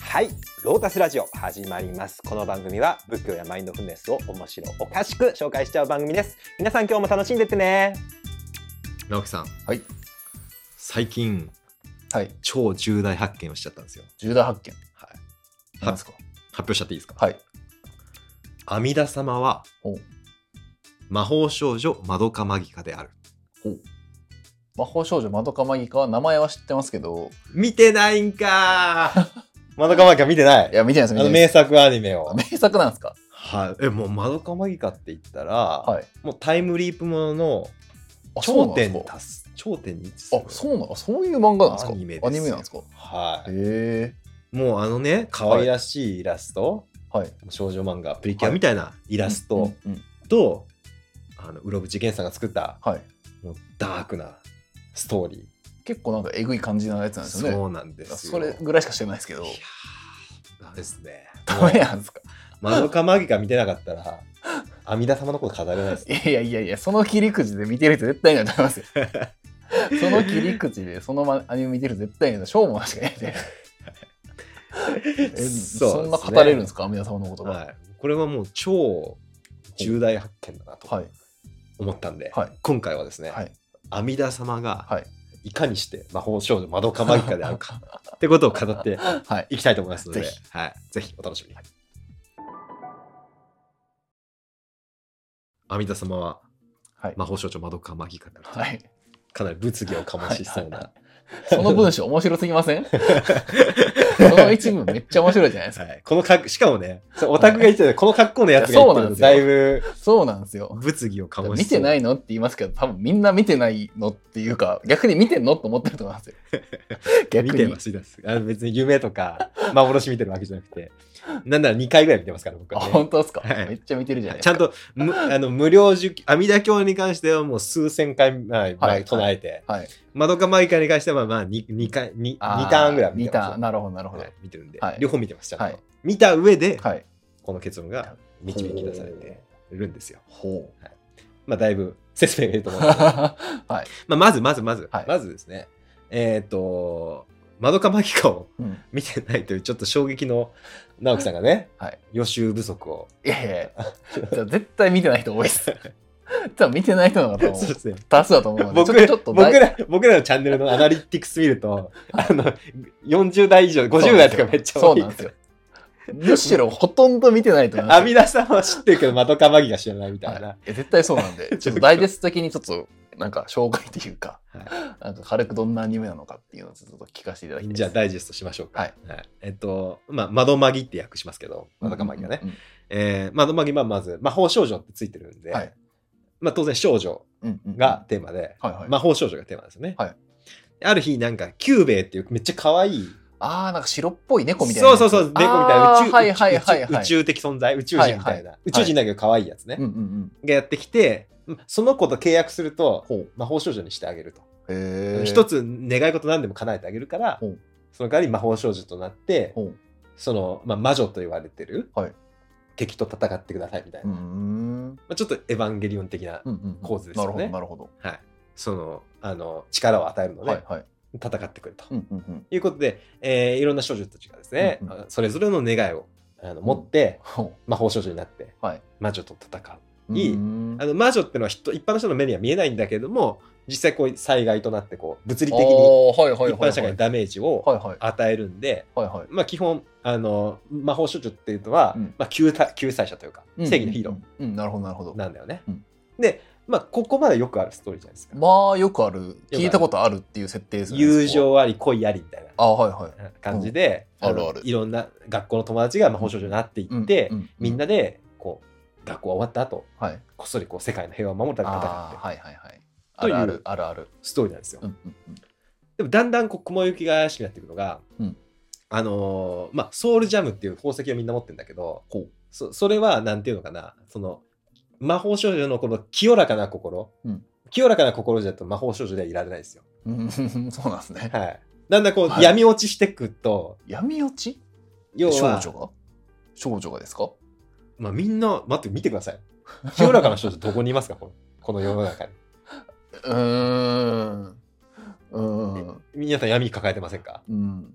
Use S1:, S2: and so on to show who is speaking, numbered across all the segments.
S1: はいロータスラジオ始まりますこの番組は仏教やマインドフルネスを面白おかしく紹介しちゃう番組です皆さん今日も楽しんでってね
S2: 直樹さん
S3: はい
S2: 最近
S3: はい。
S2: 超重大発見をしちゃったんですよ
S3: 重大発見。
S2: はい
S3: 何ですか
S2: 発表しちゃっていいですか
S3: はい。
S2: 阿弥陀様は
S3: お
S2: 魔法少女まどかマギカである
S3: 魔法少女マドカマギカは名前は知ってますけど、
S2: 見てないんか ーまどかマギカ見てない
S3: いや、見てないです、
S2: あ
S3: 見
S2: の
S3: てないで
S2: 名
S3: す。
S2: 作アニメ
S3: あ
S2: を
S3: 名作なんですか
S2: はいえもうまどかマギカって言ったら、
S3: はい。
S2: もうタイムリープものの
S3: あそう
S2: 頂
S3: なんで
S2: 点
S3: す
S2: に
S3: か
S2: 達す頂点に位置する
S3: あ、そうなのそういう漫画なんですか
S2: アニメですよ
S3: アニメなんですかへ
S2: は
S3: え。
S2: いもうあのね可愛らしいイラスト、
S3: はい。
S2: 少女漫画プリキュアみたいなイラスト、
S3: うん。うん
S2: とあの室伏源さんが作った
S3: はい。
S2: もうダークなストーリ
S3: 結構なんかえぐい感じのや
S2: ー
S3: つなんですよね。
S2: そうなんですよ
S3: それぐらいしか知らないですけど
S2: いや、ーダメですね
S3: ダメなんですか
S2: マドカマギカ見てなかったら阿弥陀様のこと語れないです
S3: いやいやいやいや、その切り口で見てる人絶対いないと思いますよ。 その切り口でそのまアニメ見てる人絶対いないと、しょうもなしかいな いで。 え
S2: そう
S3: そんな語れるんですか、阿弥陀様のことが。
S2: はい、これはもう超重大発見だなと
S3: はい。
S2: 思ったんで、
S3: はい
S2: 今回はですね、
S3: はい。
S2: 阿弥陀様
S3: は
S2: が
S3: い。
S2: いかにして魔法少女マドカマギカである かってことを語って
S3: はい。
S2: いきたいと思いますので
S3: ぜひ
S2: はい、ぜひお楽しみに。阿弥陀様は
S3: はい。
S2: 魔法少女マドカマギカであると
S3: はい。
S2: かなり物議を醸しそうな、
S3: その文章面白すぎ ませんその一文めっちゃ面白いじゃないですか。
S2: はい、この格しかもねそれオタクが言ってたこの格好のやつが言ってると
S3: いや
S2: だい
S3: そ
S2: ぶ
S3: そうなんですよ。
S2: 物議を醸しそう
S3: 見てないいのって言いますけど、多分みんな見てないのっていうか、逆に見てんのと思ってると思いますよ。逆
S2: 見
S3: に。
S2: てます見てますあの別に夢とか幻見てるわけじゃなくてなんなら2回ぐらい見てますから僕
S3: あ、
S2: は、ね
S3: 本当ですか、
S2: はい
S3: めっちゃ見てるじゃ
S2: は
S3: ない
S2: い
S3: で
S2: ち
S3: すか。
S2: ゃんとむあの無料受験阿弥陀経に関してはもう数千回、まあまあ
S3: はい
S2: 唱えて、
S3: はい。
S2: マドカマギカに関してはまあ 2, 二回 2, 二
S3: あ
S2: ターンぐらい見
S3: 見
S2: てま
S3: た。
S2: す
S3: なるほど、なるほど。
S2: は
S3: はい
S2: 見てるんで、
S3: はい
S2: 両方見てますちゃんと、
S3: はい
S2: 見た上で、
S3: い。
S2: この結論が導き出されているんですよ
S3: ほう。
S2: まあだいぶ説明がいると思うんですけど
S3: はい。
S2: まあ、まずまずまず、
S3: はい
S2: まずですねえっ、とまどかまぎかを
S3: うん
S2: 見てないというちょっと衝撃の直樹さんがね、
S3: はい
S2: 予習不足を
S3: いやいやいや、絶対見てない人多い です。多分見てない人の方が多分
S2: そうですね
S3: 多数だと思うので、
S2: 僕
S3: ちょちょっと大
S2: 僕ら僕らのチャンネルのアナリティクス見ると あの40代以上50代とかめっちゃ
S3: そ
S2: 多
S3: う
S2: い
S3: なんですよ。むしろほとんど見てないと思います
S2: 阿弥陀さんは知ってるけどまどかまぎが知らないみたいな、
S3: はいいや絶対そうな んで、ちょっとダイジェスト的にちょっと、なんか紹介というか、
S2: はい
S3: なんか軽くどんなアニメなのかっていうのをちょっと聞かせていただきたいです
S2: じゃあダイジェストしましょうか。
S3: はい
S2: えっと、まあ、窓まぎって訳しますけど、窓かまぎがね。えー窓まぎはまず、魔法少女ってついてるんで、
S3: はい
S2: まあ、当然少女
S3: うんうんうん。
S2: が、テーマで、
S3: はいはい。
S2: 魔法少女がテーマですよね。
S3: はい
S2: ある日、なんか、キューベイっていうめっちゃ可愛い
S3: あー、なんか白っぽい猫みたいな
S2: そ
S3: や
S2: う
S3: つ。
S2: そうそう、猫みたいな宇宙,、
S3: あーはいはいはいはい。
S2: 宇宙的存在、宇宙人みたいな、宇宙人だけど可愛いやつね、
S3: うんうんうん。
S2: がやってきて、その子と契約すると、
S3: ほう。
S2: 魔法少女にしてあげると。
S3: へー
S2: 一。つ願い事何でも叶えてあげるから
S3: ほう、
S2: その代わり魔法少女となって、
S3: ほう。
S2: その、まあ、魔女と言われてる、
S3: はい
S2: 敵と戦ってくださいみたいう
S3: ー
S2: な、ま
S3: ん。
S2: あ、ちょっとエヴァンゲリオン的な、
S3: うんうんうん
S2: 構図ですよね
S3: なるほど、
S2: はい、そのあの力を与えるの
S3: なるほ
S2: で、
S3: ど。はいはい。
S2: 戦ってくると、
S3: うんうんうん。
S2: いうことで、えーいろんな少女たちがですね、
S3: うんうん
S2: あそれぞれの願いをあの持って、
S3: ほ
S2: 魔法少女になって
S3: はい
S2: 魔女と戦う。
S3: う。
S2: いい
S3: うん
S2: あの魔女ってのは人一般の人の目には見えないんだけれども実際こういう災害となってこう物理的に
S3: あーはいはい
S2: 一
S3: はいはい
S2: 般社会にダメージを
S3: はいはい
S2: 与えるんで、
S3: はいはい。
S2: まあ、基本あの魔法少女っていうのは、
S3: うん
S2: まあ、救た救済者というか
S3: うん
S2: 正義のヒーロー、。
S3: うんうん、なるほどなるほど。
S2: なんだよね。
S3: うん
S2: で、まあ、ここまでよくあるストーリーじゃないですか。
S3: まあよくある聞いたことあるっていう設定ですね
S2: 友
S3: そこ
S2: 情あり恋ありみたい
S3: はあはいはい
S2: な感じで、
S3: うんある
S2: の
S3: ある
S2: いろんな学校の友達が魔法少女になってい
S3: うん
S2: って、
S3: うう
S2: みんなでこう学校終わった後
S3: はい
S2: こっそりこう世界の平和を守るために戦
S3: あ
S2: っ
S3: ー
S2: て
S3: はいはいはい
S2: と
S3: あ
S2: いう
S3: るあるあるある
S2: ストーリーなんですよ。
S3: うんうんうん
S2: でもだんだんこう雲行きが怪しくなっていくのが、
S3: うん
S2: あのーまあ、ソウルジャムっていう宝石をみんな持ってるんだけど
S3: ほう
S2: そそれはなんていうのかなその魔法少女のこの清らかな心、
S3: うん
S2: 清らかな心じゃと魔法少女ではいられないですよ。
S3: うん そうなんですね
S2: はい、だんだんこう、
S3: はい
S2: 闇落ちしてくと
S3: 闇落ち
S2: 要
S3: 少
S2: は
S3: 女が少女がですか
S2: まあ、みんな待って見てください清らかな少女どこにいますかこのこの世の中に
S3: うーんうーん
S2: 皆さん闇抱えてませんか
S3: うん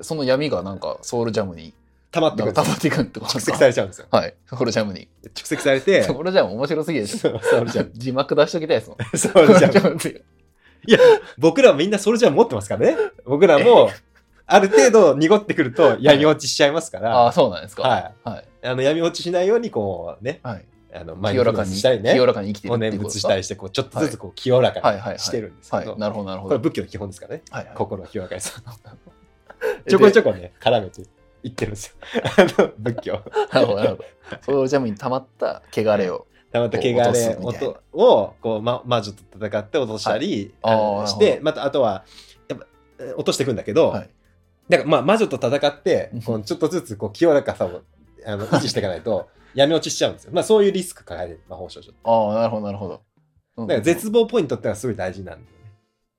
S3: その闇がなんかソウルジャムに
S2: 溜まって
S3: な
S2: く
S3: ん
S2: る
S3: か溜まっていくってこと
S2: 蓄
S3: です
S2: 積
S3: か
S2: されちゃうんですよ。
S3: はい、ソウルジャムに。
S2: 蓄積されて、
S3: ソウルジャム面白すぎで し
S2: そう
S3: ょ。ソウルジャム。字幕出しときたいですもん。
S2: ソ
S3: ソ
S2: ウ
S3: ウ
S2: ル
S3: ル
S2: ジ
S3: ジ
S2: ャム。
S3: ャムって。
S2: いや、僕らみんなソルジャー持ってますからね。僕らも、ある程度濁ってくると闇落ちしちゃいますから、
S3: あ
S2: は
S3: あ、そうなんです
S2: い。
S3: か。はい。
S2: あの闇落ちしないように、こうね、
S3: はい。
S2: あの、
S3: 清らかに、
S2: にしたりね
S3: 清、らかに生きてる
S2: お
S3: ってい
S2: 念
S3: うことで
S2: 仏
S3: す
S2: し
S3: か。
S2: たりして、こう、ちょっとずつこう清ら
S3: はい
S2: か
S3: はいはい。
S2: にしてるんです
S3: は
S2: け
S3: い
S2: ど、、
S3: なるほど、なるほ
S2: これ
S3: ど。
S2: 仏教の基本ですからね。
S3: はいはい
S2: 心を清らかにする。
S3: で
S2: ちょこちょこね、絡めていってるんですよ。あの、仏教。
S3: なるほど、なるほど。ソウルジャムに溜まった汚れを。
S2: たまった汚れ
S3: 落とすみたいな
S2: 音をこう、ま、魔女と戦って落としたり、
S3: はい
S2: あ
S3: あ
S2: の
S3: ー
S2: してまたあとはやっぱえー落としていくんだけど、
S3: はい
S2: だからまあ魔女と戦って
S3: うん
S2: こうちょっとずつこう清らかさをあ の維持していかないと闇落ちしちゃうんですよ。まあそういうリスク抱える魔法少女。
S3: ああ、なるほど、なるほど。うん
S2: だから絶望ポイントってのはすごい大事なんだよね。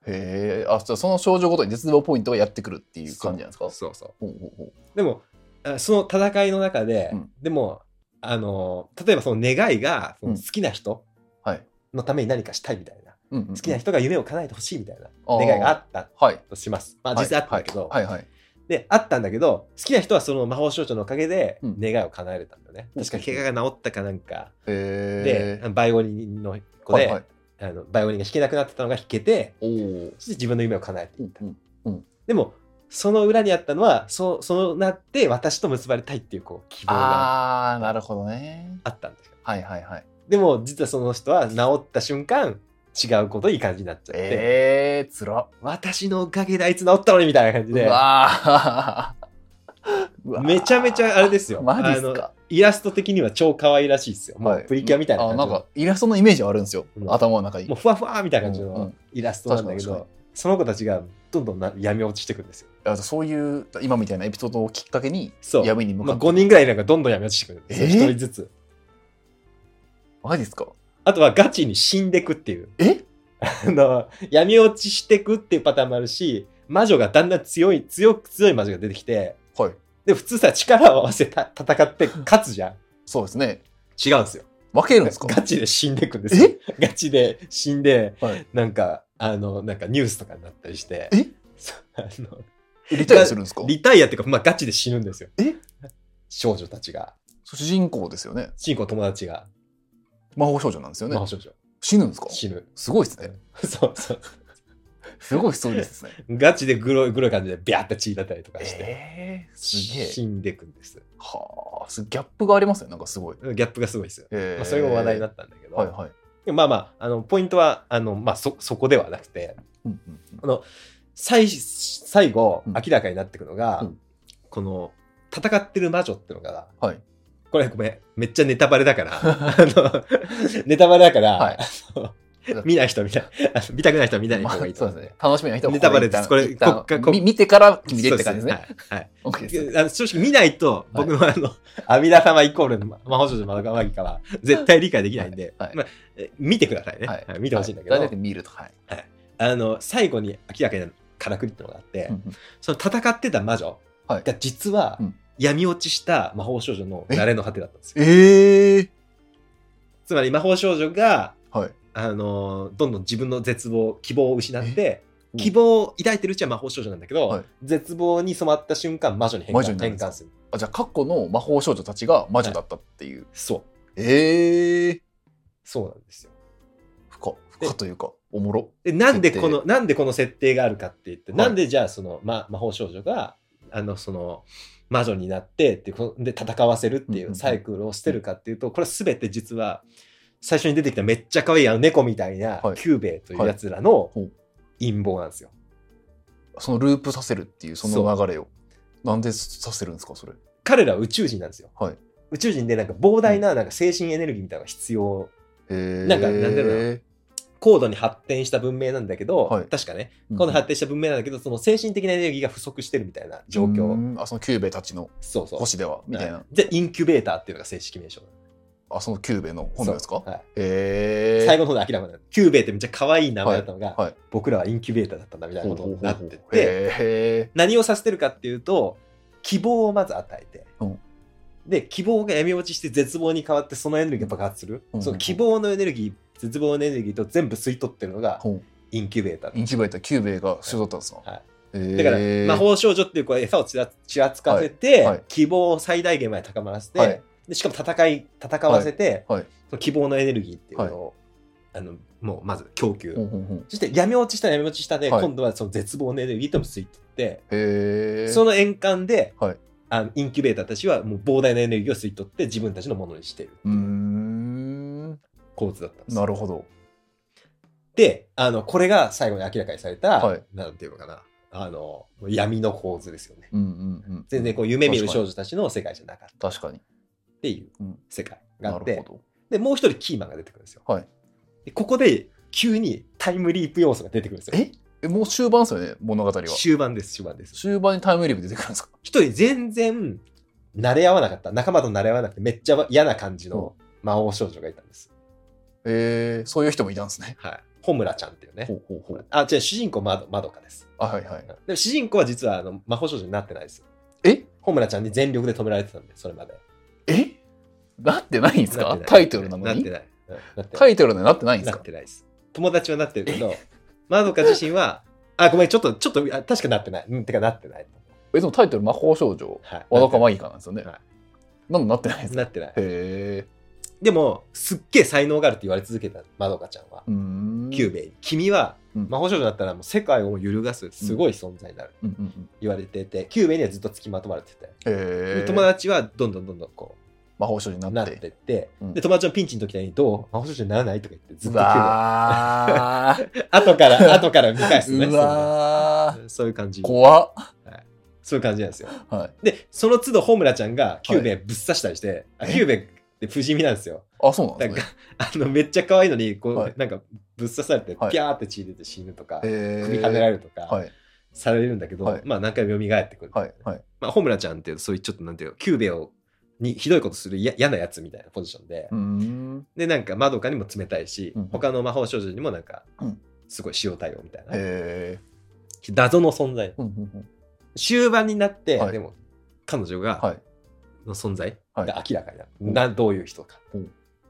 S3: へえ、あ、じゃあその症状ごとに絶望ポイントがやってくるっていう感じなんですか
S2: そうそ
S3: ほうほうほう
S2: う。でもあその戦いの中で、
S3: うん
S2: でもあの例えばその願いがその好きな人
S3: はい
S2: のために何かしたいみたいな、
S3: うんうんうん
S2: 好きな人が夢を叶えてほしいみたいな
S3: あー
S2: 願いがあった
S3: はい。
S2: とします。まあ実際あったんだけど、
S3: はいはい。
S2: であったんだけど好きな人はその魔法少女のおかげで
S3: うん
S2: 願いを叶えれたんだよね。
S3: うん
S2: 確か怪我が治ったかなんかで
S3: へえ。
S2: あのバイオリンの子で、
S3: はいはい
S2: あのバイオリンが弾けなくなってたのが弾けて
S3: おお。
S2: そして自分の夢を叶えていった。
S3: うんうん
S2: でもその裏にあったのはそうそうなって私と結ばれたいっていうこう希望が
S3: ああ、なるほどね。
S2: あったんですよ。
S3: はいはいはい。
S2: でも実はその人は治った瞬間違うこといい感じになっちゃって、
S3: ええー、つらっ。
S2: 私のおかげであいつ治ったのにみたいな感じ
S3: う
S2: で
S3: わーうわー
S2: めちゃめちゃあれですよ。
S3: マジっ
S2: あ
S3: す
S2: の
S3: か。
S2: イラスト的には超可愛いらしいですよ。も
S3: は
S2: う
S3: い
S2: プリキュアみたいな
S3: あ
S2: 感じ
S3: な
S2: の、
S3: んかイラストのイメージはあるんですよ、
S2: うん
S3: 頭の中に
S2: もうふわふわみたいな感じ
S3: うんう
S2: の
S3: ん
S2: イラストなんだけど、
S3: 確かに
S2: その子たちがどんどんな闇落ちしてくんですよ。
S3: あとそういう今みたいなエピソードをきっかけに
S2: そう。
S3: 闇に向
S2: ま
S3: か
S2: あ、
S3: って、
S2: 5人ぐらいなんかどんどん闇落ちしてくるんですよ。
S3: えー
S2: 一人ずつ。
S3: マジですか
S2: あとはガチに死んでくっていう。
S3: え
S2: あの、闇落ちしてくっていうパターンもあるし、魔女がだんだん強い、強く強い魔女が出てきて、
S3: はい
S2: で、普通さ、力を合わせた戦って勝つじゃん。
S3: そうですね
S2: 違うんですよ。
S3: 分けるんですか
S2: ガチで死んでくんですよ。ガチで死んで、
S3: はい
S2: なんか、あの、なんかニュースとかになったりして。
S3: え
S2: そうあの
S3: リタイアするんですか
S2: リタイアっていうか、まあガチで死ぬんですよ。
S3: え
S2: 少女たちが。
S3: 主人公ですよね
S2: 主人公の友達が。
S3: 魔法少女なんですよね
S2: 魔法少女。
S3: 死ぬんですか
S2: 死ぬ。
S3: すごいですね
S2: そうそう。
S3: すごいストーリーですね
S2: ガチでグロい、グロい感じでビャーって血だったりとかして。
S3: えー、すげえ
S2: 死んでくんです。
S3: はあすギャップがありますねなんかすごい、
S2: ギャップがすごいですよ。
S3: えー
S2: まあ、それが話題になったんだけど。
S3: はいはい、
S2: でまあまあ、あの、ポイントは、あの、まあ、そ、そこではなくて、
S3: うんうんうん
S2: 最最後
S3: うん
S2: 明らかになっていくのが、
S3: うん
S2: この戦ってる魔女ってのが、
S3: はい
S2: これごめんめっちゃネタバレだから あのネタバレだから、
S3: はい
S2: あの 見ない人見ないあの見たくない人は見ない
S3: まあ
S2: 方
S3: そ
S2: が
S3: う
S2: い
S3: で
S2: いと思
S3: すね楽しみな人は
S2: ネタバレです
S3: 一旦
S2: これ
S3: 一旦
S2: こっからこっ
S3: み見てから見てって感じですね
S2: そうはい
S3: OK です
S2: はいあの正直見ないと僕のあの阿弥陀様イコール魔法少女マドカマギカは絶対理解できないんで、
S3: はいはい
S2: まあ、え見てくださいね、
S3: はい
S2: はい見てほしいんだけど、
S3: はい大体見るとはい、
S2: あの最後に明らかになるからくりってのがあって、
S3: うんうん
S2: その戦ってた魔女
S3: はい
S2: が実は
S3: うん
S2: 闇落ちした魔法少女の慣れの果てだったんですよ。
S3: ええ
S2: つまり魔法少女が、
S3: はい
S2: あのーどんどん自分の絶望希望を失って
S3: うん
S2: 希望を抱いてるうちは魔法少女なんだけど、
S3: はい
S2: 絶望に染まった瞬間魔女に変
S3: 魔
S2: 換
S3: 女にな
S2: 変
S3: るんです
S2: 換
S3: か
S2: する。
S3: あじゃあ過去の魔法少女たちが魔女だったっていう、
S2: そう
S3: ええ
S2: そうなんですよ。
S3: 不可不可というかおもろ
S2: でなんで
S3: 設定
S2: このなんでこの設定があるかって言って、
S3: はい
S2: なんでじゃあその、ま、魔法少女があのその魔女になってってこで戦わせるってい
S3: うんうんう
S2: うんサイクルをしてるかっていうとこれ全て実は最初に出てきためっちゃ可愛いあの猫みたいな
S3: はい
S2: キューベイというやつらの
S3: ほう
S2: 陰謀なんですよ。
S3: そのループさせるっていうその流れをなんでさせるんですかそれ
S2: 彼らは宇宙人なんですよ。
S3: はい
S2: 宇宙人でなんか膨大ななんか精神エネルギーみたいなのが必要
S3: え
S2: なんかなんだろう高度に発展した文明なんだけど、
S3: はい
S2: 確かね
S3: うん
S2: 高度に発展した文明なんだけどその精神的なエネルギーが不足してるみたいな状況、
S3: うんあそのキューベたちの
S2: そうそう
S3: 星ではみたいな、
S2: はで、インキュベーターっていうのが正式名称。
S3: あそのキューベの本名ですか
S2: そうはい
S3: へえ
S2: 最後の方で明らかになる。キューベーってめっちゃ可愛い名前だったのが、
S3: はいはい
S2: 僕らはインキュベーターだったんだみたいなことになって
S3: ほうほうほうほう
S2: て、
S3: へ
S2: 何をさせてるかっていうと、希望をまず与えて、
S3: うん
S2: で、希望が闇落ちして絶望に変わって、そのエネルギーが爆発する。
S3: うん
S2: その希望のエネルギー、絶望のエネルギーと全部吸い取ってるのが
S3: ほう、
S2: インキュベーター
S3: え。インキュベーターキューベが一緒だったんですか、
S2: はいだから、
S3: えー
S2: 魔法少女っていう子は餌をちらちらつかせて、
S3: はいはい
S2: 希望を最大限まで高まらせて、
S3: はい
S2: でしかも戦い戦わせて、
S3: はいはい
S2: その希望のエネルギーっていうのを、あのもうまず供給、
S3: ほんほんほん
S2: そして闇落ちしたら闇落ちしたで、
S3: はい
S2: 今度はその絶望のエネルギーともついてって、
S3: へえ
S2: その円環で、
S3: はい
S2: あのインキュベーターたちはもう膨大なエネルギーを吸い取って自分たちのものにしている
S3: うーん
S2: 構図だったんですよ
S3: なるほど
S2: であのこれが最後に明らかにされた、
S3: はい
S2: なんていうのかなあの闇の構図ですよね
S3: うんうんうん
S2: 全然こう夢見る少女たちの世界じゃなかった
S3: 確かに
S2: っていう
S3: うん
S2: 世界があ
S3: な
S2: っ
S3: る
S2: て、
S3: ほ
S2: でもう一人キーマンが出てくるんですよ、
S3: はい
S2: でここで急にタイムリープ要素が出てくるんですよ
S3: えどえもう終盤ですよね物語は
S2: 終盤です終盤です
S3: 終盤にタイムリープ出てくるんですか
S2: 一人全然慣れ合わなかった仲間と慣れ合わなくてめっちゃ嫌な感じの魔法少女がいたんです、
S3: えー、そういう人もいたんですね
S2: はいホムラちゃんっていうね
S3: ほうほうほう
S2: あ違う主人公まどまどかです
S3: あはいはい
S2: でも主人公は実はあの魔法少女になってないです
S3: え
S2: ホムラちゃんに全力で止められてたんでそれまで
S3: えなってないんです
S2: なっ
S3: か
S2: てない
S3: タイトルなの
S2: なって
S3: に
S2: ないうんなってない
S3: タイトルなのになってないんで
S2: な
S3: す
S2: っ
S3: か
S2: てないです。友達はなってるけど、 まどか自身は、あ、ごめん、ちょっと、ちょっと、あ確かなってない。うん、てかなってない。
S3: えでもタイトル魔法少女
S2: はい。
S3: わだかマギカなんですよね
S2: は
S3: なんでなってないんですか
S2: なってない。
S3: へえ
S2: でも、すっげえ才能があるって言われ続けたまどかちゃんは、
S3: うーん
S2: キューベイに。君は、
S3: うん
S2: 魔法少女だったらもう世界を揺るがす、すごい存在になる。
S3: うんうんうん
S2: 言われてて、キューベイにはずっとつきまとまれてて。
S3: へ
S2: で
S3: え
S2: 友達はどんどんどんどんこ
S3: 魔法少女
S2: う
S3: に
S2: な
S3: な
S2: っ
S3: って
S2: てって、
S3: うん
S2: で友達のピンチの時にどう魔法少女にならないとか言ってずっ
S3: う
S2: とキュー
S3: わ ー
S2: ベイ後から後から見返すね
S3: うわ
S2: そう
S3: ー
S2: ねそういう感じ
S3: 怖っ
S2: そういう感じなんですよ
S3: はい
S2: で、その都度、ホムラちゃんがキューベぶっ刺したりして、あ
S3: え
S2: キューベって不死身なんですよ。
S3: あそうなんで
S2: なん
S3: す
S2: か
S3: ね、
S2: あの、めっちゃ可愛いのに、こう、
S3: はい
S2: なんか、ぶっ刺されて、ピ
S3: はい
S2: ャーって血出て死ぬとか、
S3: へー
S2: 首跳ねられるとか、
S3: はい
S2: されるんだけど、
S3: はい
S2: まあ、何回も蘇ってくる。
S3: はいはい
S2: まあ、ホムラちゃんっていう、そういうちょっと、なんていうのキューベを、にひどいことするや嫌なやつみたいなポジションで、
S3: うーん
S2: で、なんか、まどかにも冷たいし、
S3: うん
S2: 他の魔法少女にもなんか、
S3: うん
S2: すごい塩対応みたいな、
S3: へえ
S2: 謎の存在。
S3: うんうん
S2: 終盤になって、
S3: はい
S2: でも、彼女が、
S3: うんはい
S2: の存在
S3: は
S2: が
S3: い
S2: 明らかになる、
S3: うん
S2: などういう人か、
S3: うん
S2: っ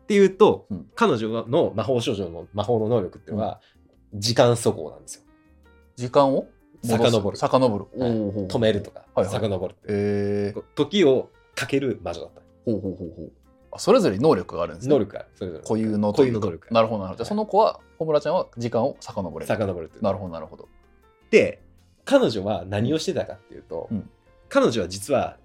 S2: ていうと、
S3: うん
S2: 彼女の魔法少女の魔法の能力っていうのは、時間速攻なんですよ
S3: 時間を戻す
S2: 遡る
S3: 遡る
S2: はい
S3: おーほう
S2: 止めるとか、
S3: はいはい
S2: 遡るっていう、
S3: へえ
S2: こう時をかける魔女だった
S3: ほうほうほうほうあそれぞれに能力があるんですね
S2: 能力があるそれぞれ
S3: 固有の
S2: 固有の能力が
S3: な
S2: あ
S3: るほどなるほどじゃあその子は小村ちゃんは時間を遡
S2: る
S3: れる
S2: 遡るっていう
S3: なるほどなるほど
S2: で彼女は何をしてたかっていうと、
S3: うん
S2: 彼女は実は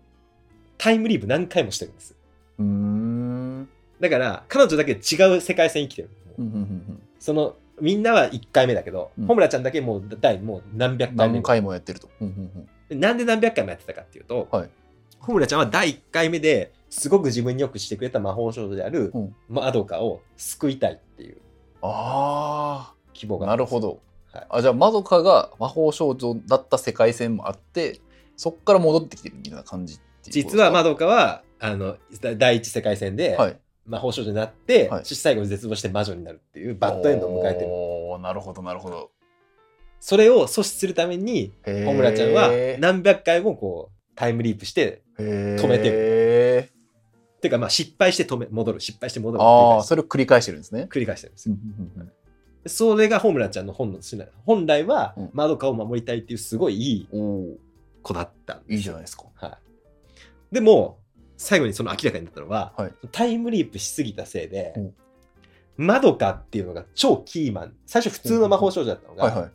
S2: タイムリープ何回もしてるんです
S3: うーん
S2: だから彼女だけ違う世界線生きてる、
S3: うんうんうんうん
S2: そのみんなは1回目だけど、
S3: うん
S2: ホムラちゃんだけもう第もう何百回目
S3: 何回もやってるとうんうん
S2: でなんで何百回もやってたかっていうと、
S3: はい
S2: ホムラちゃんは第1回目ですごく自分によくしてくれた魔法少女である
S3: うん
S2: マドカを救いたいっていう
S3: あ
S2: 希望
S3: あ
S2: が
S3: なるほど
S2: はい
S3: あじゃあまどかが魔法少女だった世界線もあってそっから戻ってきてるみたいな感じっていうこと
S2: 実はマ
S3: で
S2: ドカはあのだ第一世界戦です
S3: かはい
S2: 魔法少女になって、
S3: はい
S2: そして最後に絶望して魔女になるっていうバッドエンドを迎えてる
S3: おーなるほどなるほど
S2: それを阻止するためにホ
S3: 小
S2: ムラちゃんは何百回もこうタイムリープして
S3: 止
S2: 止めて
S3: る
S2: っていうかまあ失敗して止め戻る失敗して戻る
S3: あ
S2: 繰り返
S3: あ
S2: し
S3: それを繰り返してるんですね
S2: 繰り返してるんですよ
S3: うんうんうん
S2: それがホムラちゃんの本の本来は
S3: うん
S2: マドカを守りたいっていうすごいいい
S3: おー
S2: 子だったん
S3: い
S2: で
S3: い
S2: す
S3: じゃ
S2: よ
S3: ないですか
S2: はい、でも最後にその明らかになったのは、
S3: はい
S2: タイムリープしすぎたせいで
S3: うん
S2: マドカっていうのが超キーマン最初普通の魔法少女だったのが、
S3: はいはい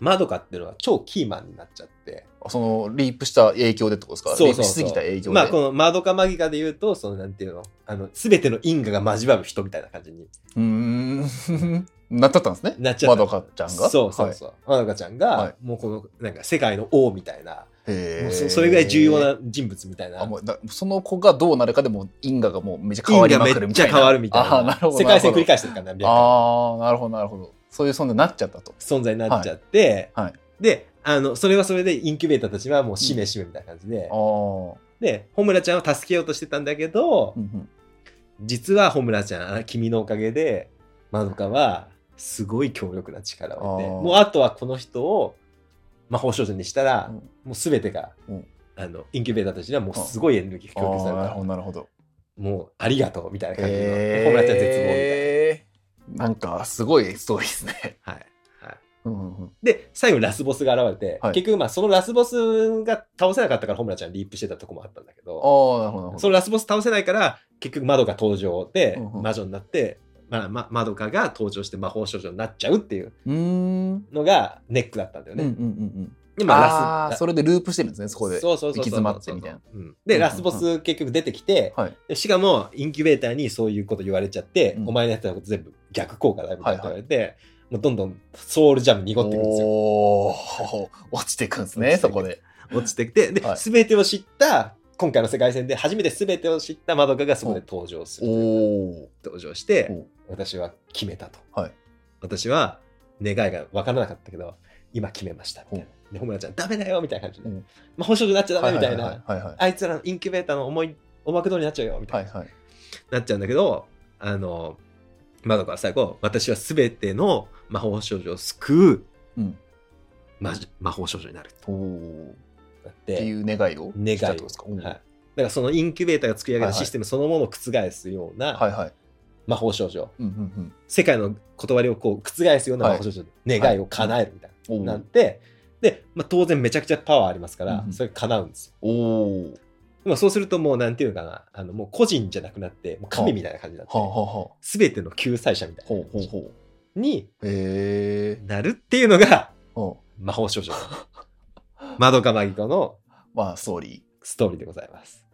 S2: マドカっていうのが超キーマンになっちゃって
S3: そのリープした影響でってことですか
S2: そうそう
S3: リープしす
S2: そう
S3: ぎた影響で、
S2: まあこのマドカマギカで言うとそのなんていうのあの全ての因果が交わる人みたいな感じに
S3: うーん なっちゃったんですね
S2: なっちゃ
S3: ま
S2: った
S3: どかちゃんが
S2: そうそう
S3: はい
S2: そう、マドカちゃんが、
S3: はい
S2: もうこのなんか世界の王みたいな
S3: へー
S2: もうそそれぐらい重要な人物みたいな
S3: あもうだその子がどうなるかでもう因果がもうめっちゃ変
S2: 因
S3: わり
S2: 果
S3: ま
S2: め
S3: くる
S2: っ
S3: み
S2: ち
S3: た
S2: ゃ
S3: いな
S2: 変わるみたい
S3: あーな
S2: な
S3: るほ ど
S2: 世界線繰り
S3: なる
S2: 返してるから何
S3: ほど
S2: 百回も
S3: あーなるほどなるほどそういう存在になっちゃったと
S2: 存在になっちゃって、
S3: はいはい
S2: であのそれはそれでインキュベーターたちはもうしめしめみたいな感じで
S3: あ、ー
S2: でホムラちゃんを助けようとしてたんだけど、
S3: うんうん
S2: 実はホムラちゃんあ君のおかげでマドカはすごい強力な力を得て
S3: あー
S2: もうあとはこの人を魔法少女にしたら、
S3: うん
S2: もう全てが、
S3: うん
S2: あのインキュベーターたちにはもうすごいエネルギーが供給され
S3: あーな
S2: た
S3: るほどなるほど
S2: もうありがとうみたいな感じの、
S3: へー
S2: ホムラちゃん絶望みたいな。
S3: なんかすごいストーリーですね
S2: はいはい、
S3: うんうんうん
S2: で、最後ラスボスが現れて、
S3: はい
S2: 結局まあそのラスボスが倒せなかったからホムラちゃんリープしてたとこもあったんだけど、
S3: ああ、なるほど、なるほ
S2: そ
S3: ど。
S2: のラスボス倒せないから、結局窓が登場で
S3: うんうん
S2: 魔女になって、まあ、ま、窓かが登場して魔法少女になっちゃうっていう
S3: うーん。うん
S2: のがネックだったんだよ
S3: うんうんう
S2: ね。
S3: ん。
S2: で、まあ
S3: あ
S2: ラ
S3: あ、
S2: ス
S3: それでループしてるんですね、そこで。
S2: そうそうそうそう
S3: 行き詰まってみたいな。
S2: うん
S3: う
S2: で、
S3: ん
S2: ラスボス結局出てきて、
S3: はい
S2: でしかもインキュベーターにそういうこと言われちゃって、
S3: うん
S2: お前のやってたこと全部逆効果だよみたいなこと言われて、もうどんどんソウルジャム濁ってくるんですよ。
S3: おー 落ちてくんですね、
S2: 落ちて
S3: そ
S2: く
S3: こで。
S2: 落ちてきて、で、
S3: はい
S2: 全てを知った、今回の世界戦で初めて全てを知ったマドカがそこで登場す
S3: お
S2: るという。
S3: お。
S2: 登場して、
S3: お
S2: 私は決めたと、
S3: はい
S2: 私は願いが分からなかったけど今決めましたみたいなでホムラちゃんダメだよみたいな感じで、
S3: うん
S2: まあ、本職になっちゃダメみたいな、
S3: はいはいはい
S2: あいつらのインキュベーターの思い思惑通りになっちゃうよみた
S3: はいい。
S2: な、
S3: はいはい。
S2: なっちゃうんだけどあのマドカは最後私は全ての魔法少女を救う
S3: うん。
S2: 魔女魔法少女になる
S3: おお。
S2: だっ
S3: って
S2: て
S3: いう願いを
S2: 願い
S3: したって
S2: を
S3: ことですか。
S2: は
S3: お
S2: い、
S3: ー
S2: だからそのインキュベーターが作り上げたシステムそのものを覆すよう
S3: は
S2: ない
S3: はい。
S2: 魔法少女
S3: うんうん
S2: 世界の断りをこう覆すような魔法少女の願いを叶えるみたい
S3: うん。
S2: な、
S3: おー
S2: なんてで、まあ、当然めちゃくちゃパワーありますから、
S3: うんうん
S2: それ叶うんですよ。
S3: おお。
S2: まあ、そうするともうなんていうのかなあのもう個人じゃなくなってもう神みたいな感じになって
S3: はあはあはあ。
S2: 全ての救済者みたい
S3: ほ
S2: な
S3: うほ
S2: 感
S3: う
S2: じ
S3: ほう。
S2: に
S3: へえ。
S2: なるっていうのが
S3: ほ
S2: 魔法少 女まどかまぎこの
S3: うまあ、ストーリー。
S2: ストーリーでございます。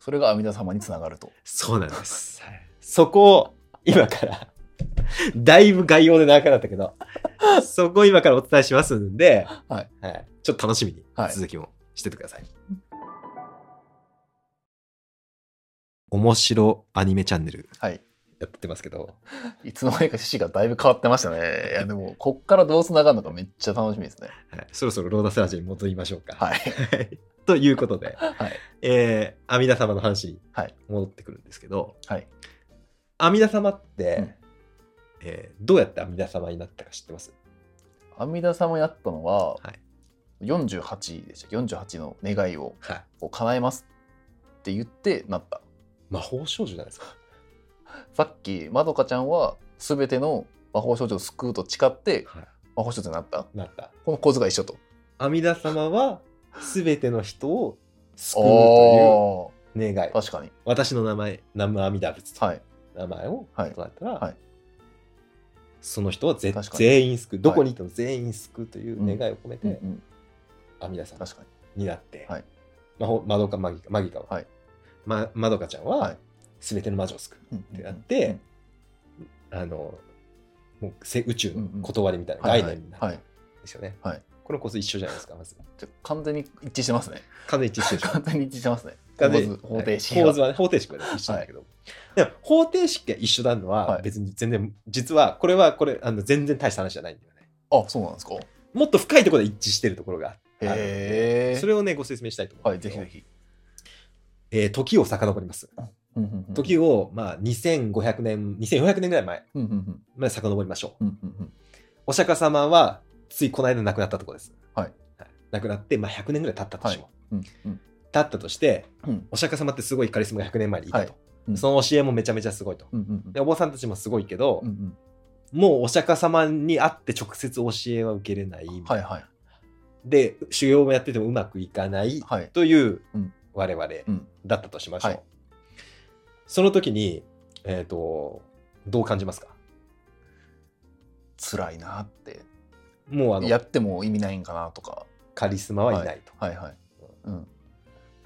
S3: それが阿弥陀様につながると。
S2: そうなんです。はいそこを今からだいぶ概要で長くなったけどそこを今からお伝えしますんで、
S3: はい
S2: ちょっと楽しみに
S3: はい
S2: 続きもしててください。面白アニメチャンネル
S3: はい。
S2: やってますけど
S3: いつの間にか趣旨がだいぶ変わってましたね。いや、でも、こっからどうつながるのかめっちゃ楽しみですね。
S2: はい、そろそろローダスラジオに戻りましょうか。
S3: はい。
S2: はいということで、
S3: はい。
S2: えー、阿弥陀様の話に
S3: はい
S2: 戻ってくるんですけど、
S3: はい。
S2: 阿弥陀様って、
S3: うん
S2: えーどうやって阿弥陀様になったか知ってます
S3: 阿弥陀様やったのは、
S2: はい
S3: 48でしたっけ48の願いを
S2: はい、
S3: こう叶えますって言ってなった
S2: 魔法少女じゃないですか。
S3: さっきまどかちゃんは全ての魔法少女を救うと誓って
S2: はい
S3: 魔法少女になった
S2: なった。
S3: この構図が一緒と
S2: 阿弥陀様は全ての人を救うと
S3: お
S2: いう願い
S3: ー。確かに
S2: 私の名前、南無阿弥陀仏と
S3: はい
S2: 名前を唱
S3: は
S2: え
S3: い
S2: たら、
S3: はい
S2: その人はぜ
S3: 確かに
S2: 全員救う、どこにいても全員救うという願いを込め
S3: うんう
S2: て、
S3: ん
S2: 阿弥陀様
S3: 確かに
S2: になって、
S3: はい
S2: まほまどかマギカマギカは、
S3: はい
S2: ま、まどかちゃん
S3: は
S2: はい全ての魔女を救う、
S3: うん
S2: て
S3: うん
S2: なってあのもうせ宇宙の断りみたいな
S3: はい
S2: 概
S3: はい
S2: 念になる
S3: は
S2: ん
S3: い
S2: ですよね。
S3: はい
S2: このコース一緒じゃないですか、まず。
S3: じゃあ完全に一致してますね
S2: 完全に一致してるでしょ
S3: 完全に一致してますね
S2: 完
S3: 構
S2: 全に
S3: 図方程
S2: は
S3: 式
S2: い
S3: は
S2: 構図はね、方程式はね一緒なんだけど。でも方程式が一緒なの
S3: は
S2: はい別に全然、実はこれはこれあの全然大した話じゃないんだよね。
S3: あそうなんですか
S2: もっと深いところで一致してるところがあって
S3: へえ
S2: それをねご説明したいと思う
S3: は
S2: ん
S3: い
S2: です
S3: ぜ
S2: け
S3: ひ
S2: ど
S3: ぜひ
S2: えー時を遡ります。
S3: うんうんうん
S2: 時を、まあ、2500年、2400年ぐらい前
S3: うんうんうん
S2: まで遡りましょう。
S3: うんうんうん
S2: お釈迦様は、ついこの間亡くなったところです。
S3: はい
S2: 亡くなって、まあ、100年ぐらい経ったとしよ
S3: うんうん
S2: う。経ったとして、
S3: うん
S2: お釈迦様ってすごいカリスマが100年前にいたと。
S3: はうん
S2: その教えもめちゃめちゃすごいと。
S3: うんうんうん
S2: でお坊さんたちもすごいけど、
S3: うんうん
S2: もうお釈迦様に会って直接教えは受けれない。
S3: はいはい
S2: で、修行もやっててもうまくいかない。
S3: はい
S2: という
S3: うん
S2: 我々
S3: うん
S2: だったとしましょう。
S3: はい
S2: その時に、えっ、と、どう感じますか
S3: 辛いなって
S2: もうあの
S3: やっても意味ないんかなとか
S2: カリスマはいないと、
S3: はいはいうん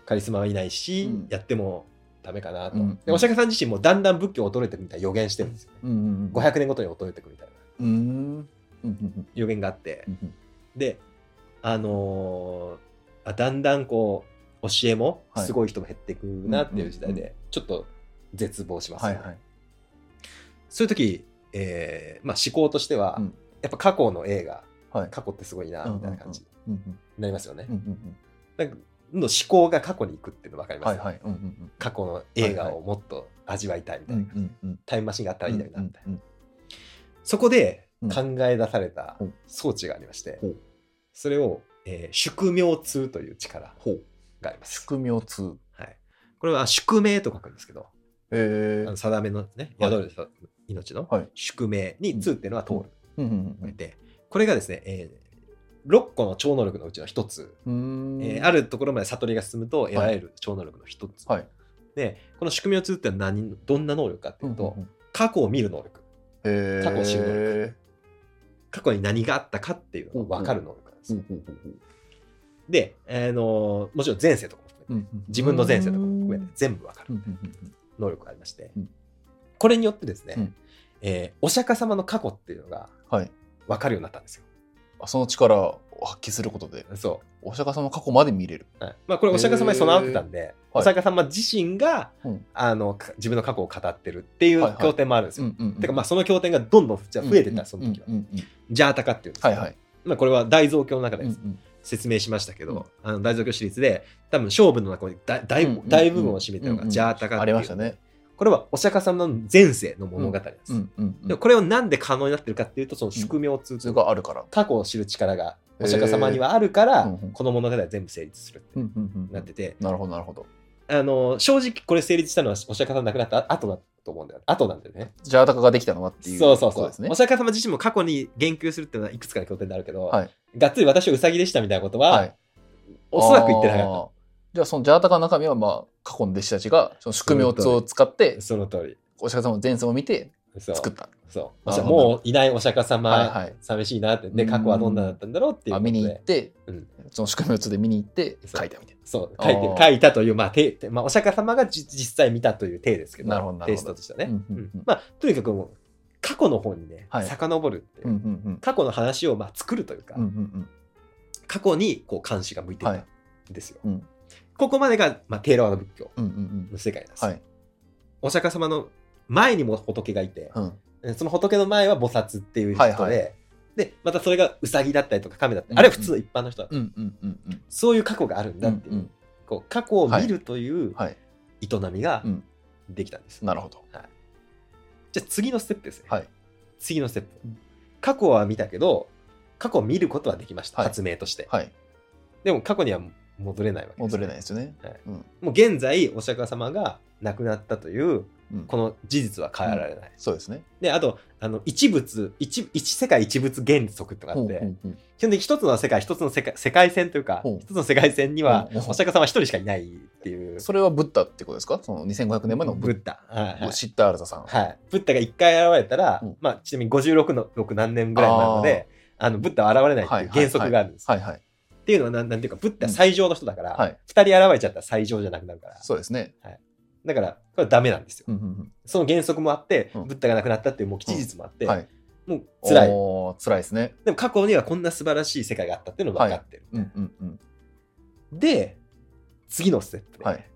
S2: カリスマはいないし、
S3: うん
S2: やってもダメかなと、
S3: うん
S2: でお釈迦さん自身もだんだん仏教を衰えてくみたいな予言してるんですよ、ね
S3: うんうん
S2: 500年ごとに衰えてくみたいな
S3: うんうんうん
S2: 予言があって
S3: うんうん
S2: であのーあだんだんこう教えも
S3: はい
S2: すごい人も減っていくなっていう時代
S3: うんうん
S2: でちょっと絶望します
S3: は
S2: よね、
S3: いはい
S2: そういう時、えーまあ、思考としては、
S3: うん
S2: やっぱ過去の映画
S3: はい
S2: 過去ってすごいな
S3: うんうん
S2: みたいな感じに
S3: うん
S2: なりますよね、
S3: うんうん
S2: なんかの思考が過去に行くっていうの分かり
S3: うん
S2: ます、
S3: はいはいうんうん
S2: 過去の映画をもっと味わいたいみ
S3: う
S2: たい
S3: ん
S2: な、
S3: うんうん
S2: タイムマシンがあったらいいんだよなみたいな、
S3: うん
S2: そこで
S3: うん
S2: 考え出された
S3: うん
S2: 装置がありまして、
S3: ほう
S2: それを、えー宿命通という力があります、
S3: 宿命通
S2: はい、これは宿命と書くんですけど、
S3: へえ
S2: あの定めのね
S3: はい
S2: 宿る命の
S3: はい
S2: 宿命に通っていうのは通る
S3: うんうん
S2: って、これがですね、えー、6個の超能力のうちの1つ、
S3: うん
S2: えーあるところまで悟りが進むと得られる超能力の1つ、
S3: はい
S2: でこの仕組みを通っては何どんな能力かっていうと、
S3: うんうんうん
S2: 過去を見る能力
S3: へー
S2: 過去を知る能力過去に何があったかっていうのが分かる能力なんです、
S3: うんうんうん
S2: で、えーのもちろん前世とかも含めて
S3: うんうんうん
S2: 自分の前世とかも含めて全部分か
S3: う
S2: る
S3: んうんうんうん
S2: 能力がありまして、
S3: うん
S2: これによってですね、
S3: うん
S2: えーお釈迦様の過去っていうのが
S3: はい
S2: 分かるようになったんですよ。
S3: あその力を発揮することで
S2: そ
S3: お釈迦様の過去まで見れる
S2: うはいまあ、これお釈迦様に備わってたんで、
S3: ー
S2: お釈迦様自身が、
S3: うん
S2: あのか自分の過去を語ってるっていう
S3: はいはい
S2: 経典もあるんですよ。て
S3: て
S2: かまあその経典がどんどんじゃあ増えてた、その時は。
S3: うんうんうん
S2: ジャータカっていうんです
S3: は
S2: け
S3: い
S2: ど、
S3: はい
S2: まあ、これは大蔵経の中で
S3: うんうん
S2: 説明しましたけど、
S3: うん
S2: あの大蔵経シリーズで多分勝負の中で大大
S3: うんうんうん
S2: 大部分を占めてるのがジャータカっ
S3: あ
S2: てい
S3: り
S2: う、
S3: ましたね
S2: これはお釈迦様の前世の物語なんです。
S3: うんうんうん
S2: でこれをなんで可能になってるかっていうとその宿命を通
S3: そ
S2: ず
S3: れがあるから
S2: 過去を知る力がお釈迦様にはあるから、
S3: へーうんうん
S2: この物語は全部成立するって
S3: うんうんうん
S2: なってて、
S3: なるほどなるほど
S2: あの正直これ成立したのはお釈迦様亡くなった後だと思うんだよ後なんだよね。
S3: ジャータカができたのはっていう
S2: そうそう
S3: こ
S2: そ
S3: と
S2: う
S3: ですね
S2: お釈迦様自身も過去に言及するっていうのはいくつかの経典であるけど、
S3: はい
S2: がっつり私はウサギでしたみたいなことは、
S3: はい
S2: おそらく言ってなかっ
S3: あーじゃあそのジャータカの中身はまあ過去の弟子たちがその宿命をを使って
S2: たその通り
S3: お釈迦様の前世を見て
S2: そう
S3: 作った
S2: そう
S3: な
S2: じ
S3: る
S2: ゃあ
S3: ほど
S2: もういないお釈迦様、
S3: はいはい
S2: 寂しいなってで過去はどんなだったんだろうっていう
S3: あ
S2: こと
S3: 見に行っ
S2: で
S3: て
S2: うん
S3: その宿命を通で見に行って書いたみたい
S2: そう書いて
S3: あ
S2: る
S3: ー
S2: 書いたという、まあ、ててまあお釈迦様がじ実際見たという体ですけど
S3: なるほどなるほど
S2: テイストとしてはね、
S3: うんうんうん
S2: まあ、とにかくもう過去の方にね、
S3: はい
S2: 遡るっていう、
S3: なうんうん
S2: 過去の話をまあ作るというか、
S3: うんうんうん
S2: 過去にこう監視が向いてたんですよ。
S3: はいうん
S2: ここまでが、まあ、テーラワード仏教
S3: うんうんうん
S2: の世界なんですよ、
S3: はい
S2: お釈迦様の前にも仏がいて、
S3: うん
S2: その仏の前は菩薩っていう人で、
S3: はいはい
S2: でまたそれがウサギだったりとか亀だったり、
S3: うん
S2: あれは普通の一般の人だった、
S3: うんうんうんうん
S2: そういう過去があるんだっていう,、
S3: うんうん
S2: こう過去を見るという
S3: はい
S2: 営みが
S3: うん
S2: できたんです。
S3: なるほど
S2: じゃあ次のステップですね。
S3: はい
S2: 次のステップ。過去は見たけど、過去を見ることはできました。
S3: はい
S2: 発明として。
S3: はい
S2: でも過去には戻れないわけです。
S3: 戻れないですよね
S2: はい
S3: うん
S2: もう現在、お釈迦様が亡くなったという、
S3: うん
S2: この事実は変えられない。
S3: そうですね
S2: で、あと、あの一物一、一世界一物原則とかあ
S3: ほ
S2: っ
S3: うほ
S2: て、
S3: うほう
S2: 基本的に一つの世界、一つの世界世界線というか、
S3: ほう
S2: 一つの世界線には、
S3: ほうほう
S2: お釈迦様は一人しかいないっていう。
S3: それはブッダってことですかその2500年前の
S2: ブ
S3: ブッ
S2: ッダ。はいはい
S3: ダシッタールザさん
S2: はい、ブッダが1回現れたら、
S3: うん
S2: まあ、ちなみに56の6何年ぐらい前なのであのブッダは現れないっていう原則があるんです、
S3: はいはい
S2: っていうのはなんなんていうかブッダは最上の人だから、
S3: はい
S2: 2人現れちゃったら最上じゃなくなるから
S3: そうですね
S2: だからこれはダメなんですよ
S3: うんうん
S2: その原則もあって、
S3: うん
S2: ブッダが亡くなったっていうもう吉日もあって、
S3: うんはい
S2: もう辛い
S3: おー辛いですね
S2: でも過去にはこんな素晴らしい世界があったっていうのが分かってる、
S3: うんうんうん
S2: で次のステップで、
S3: はい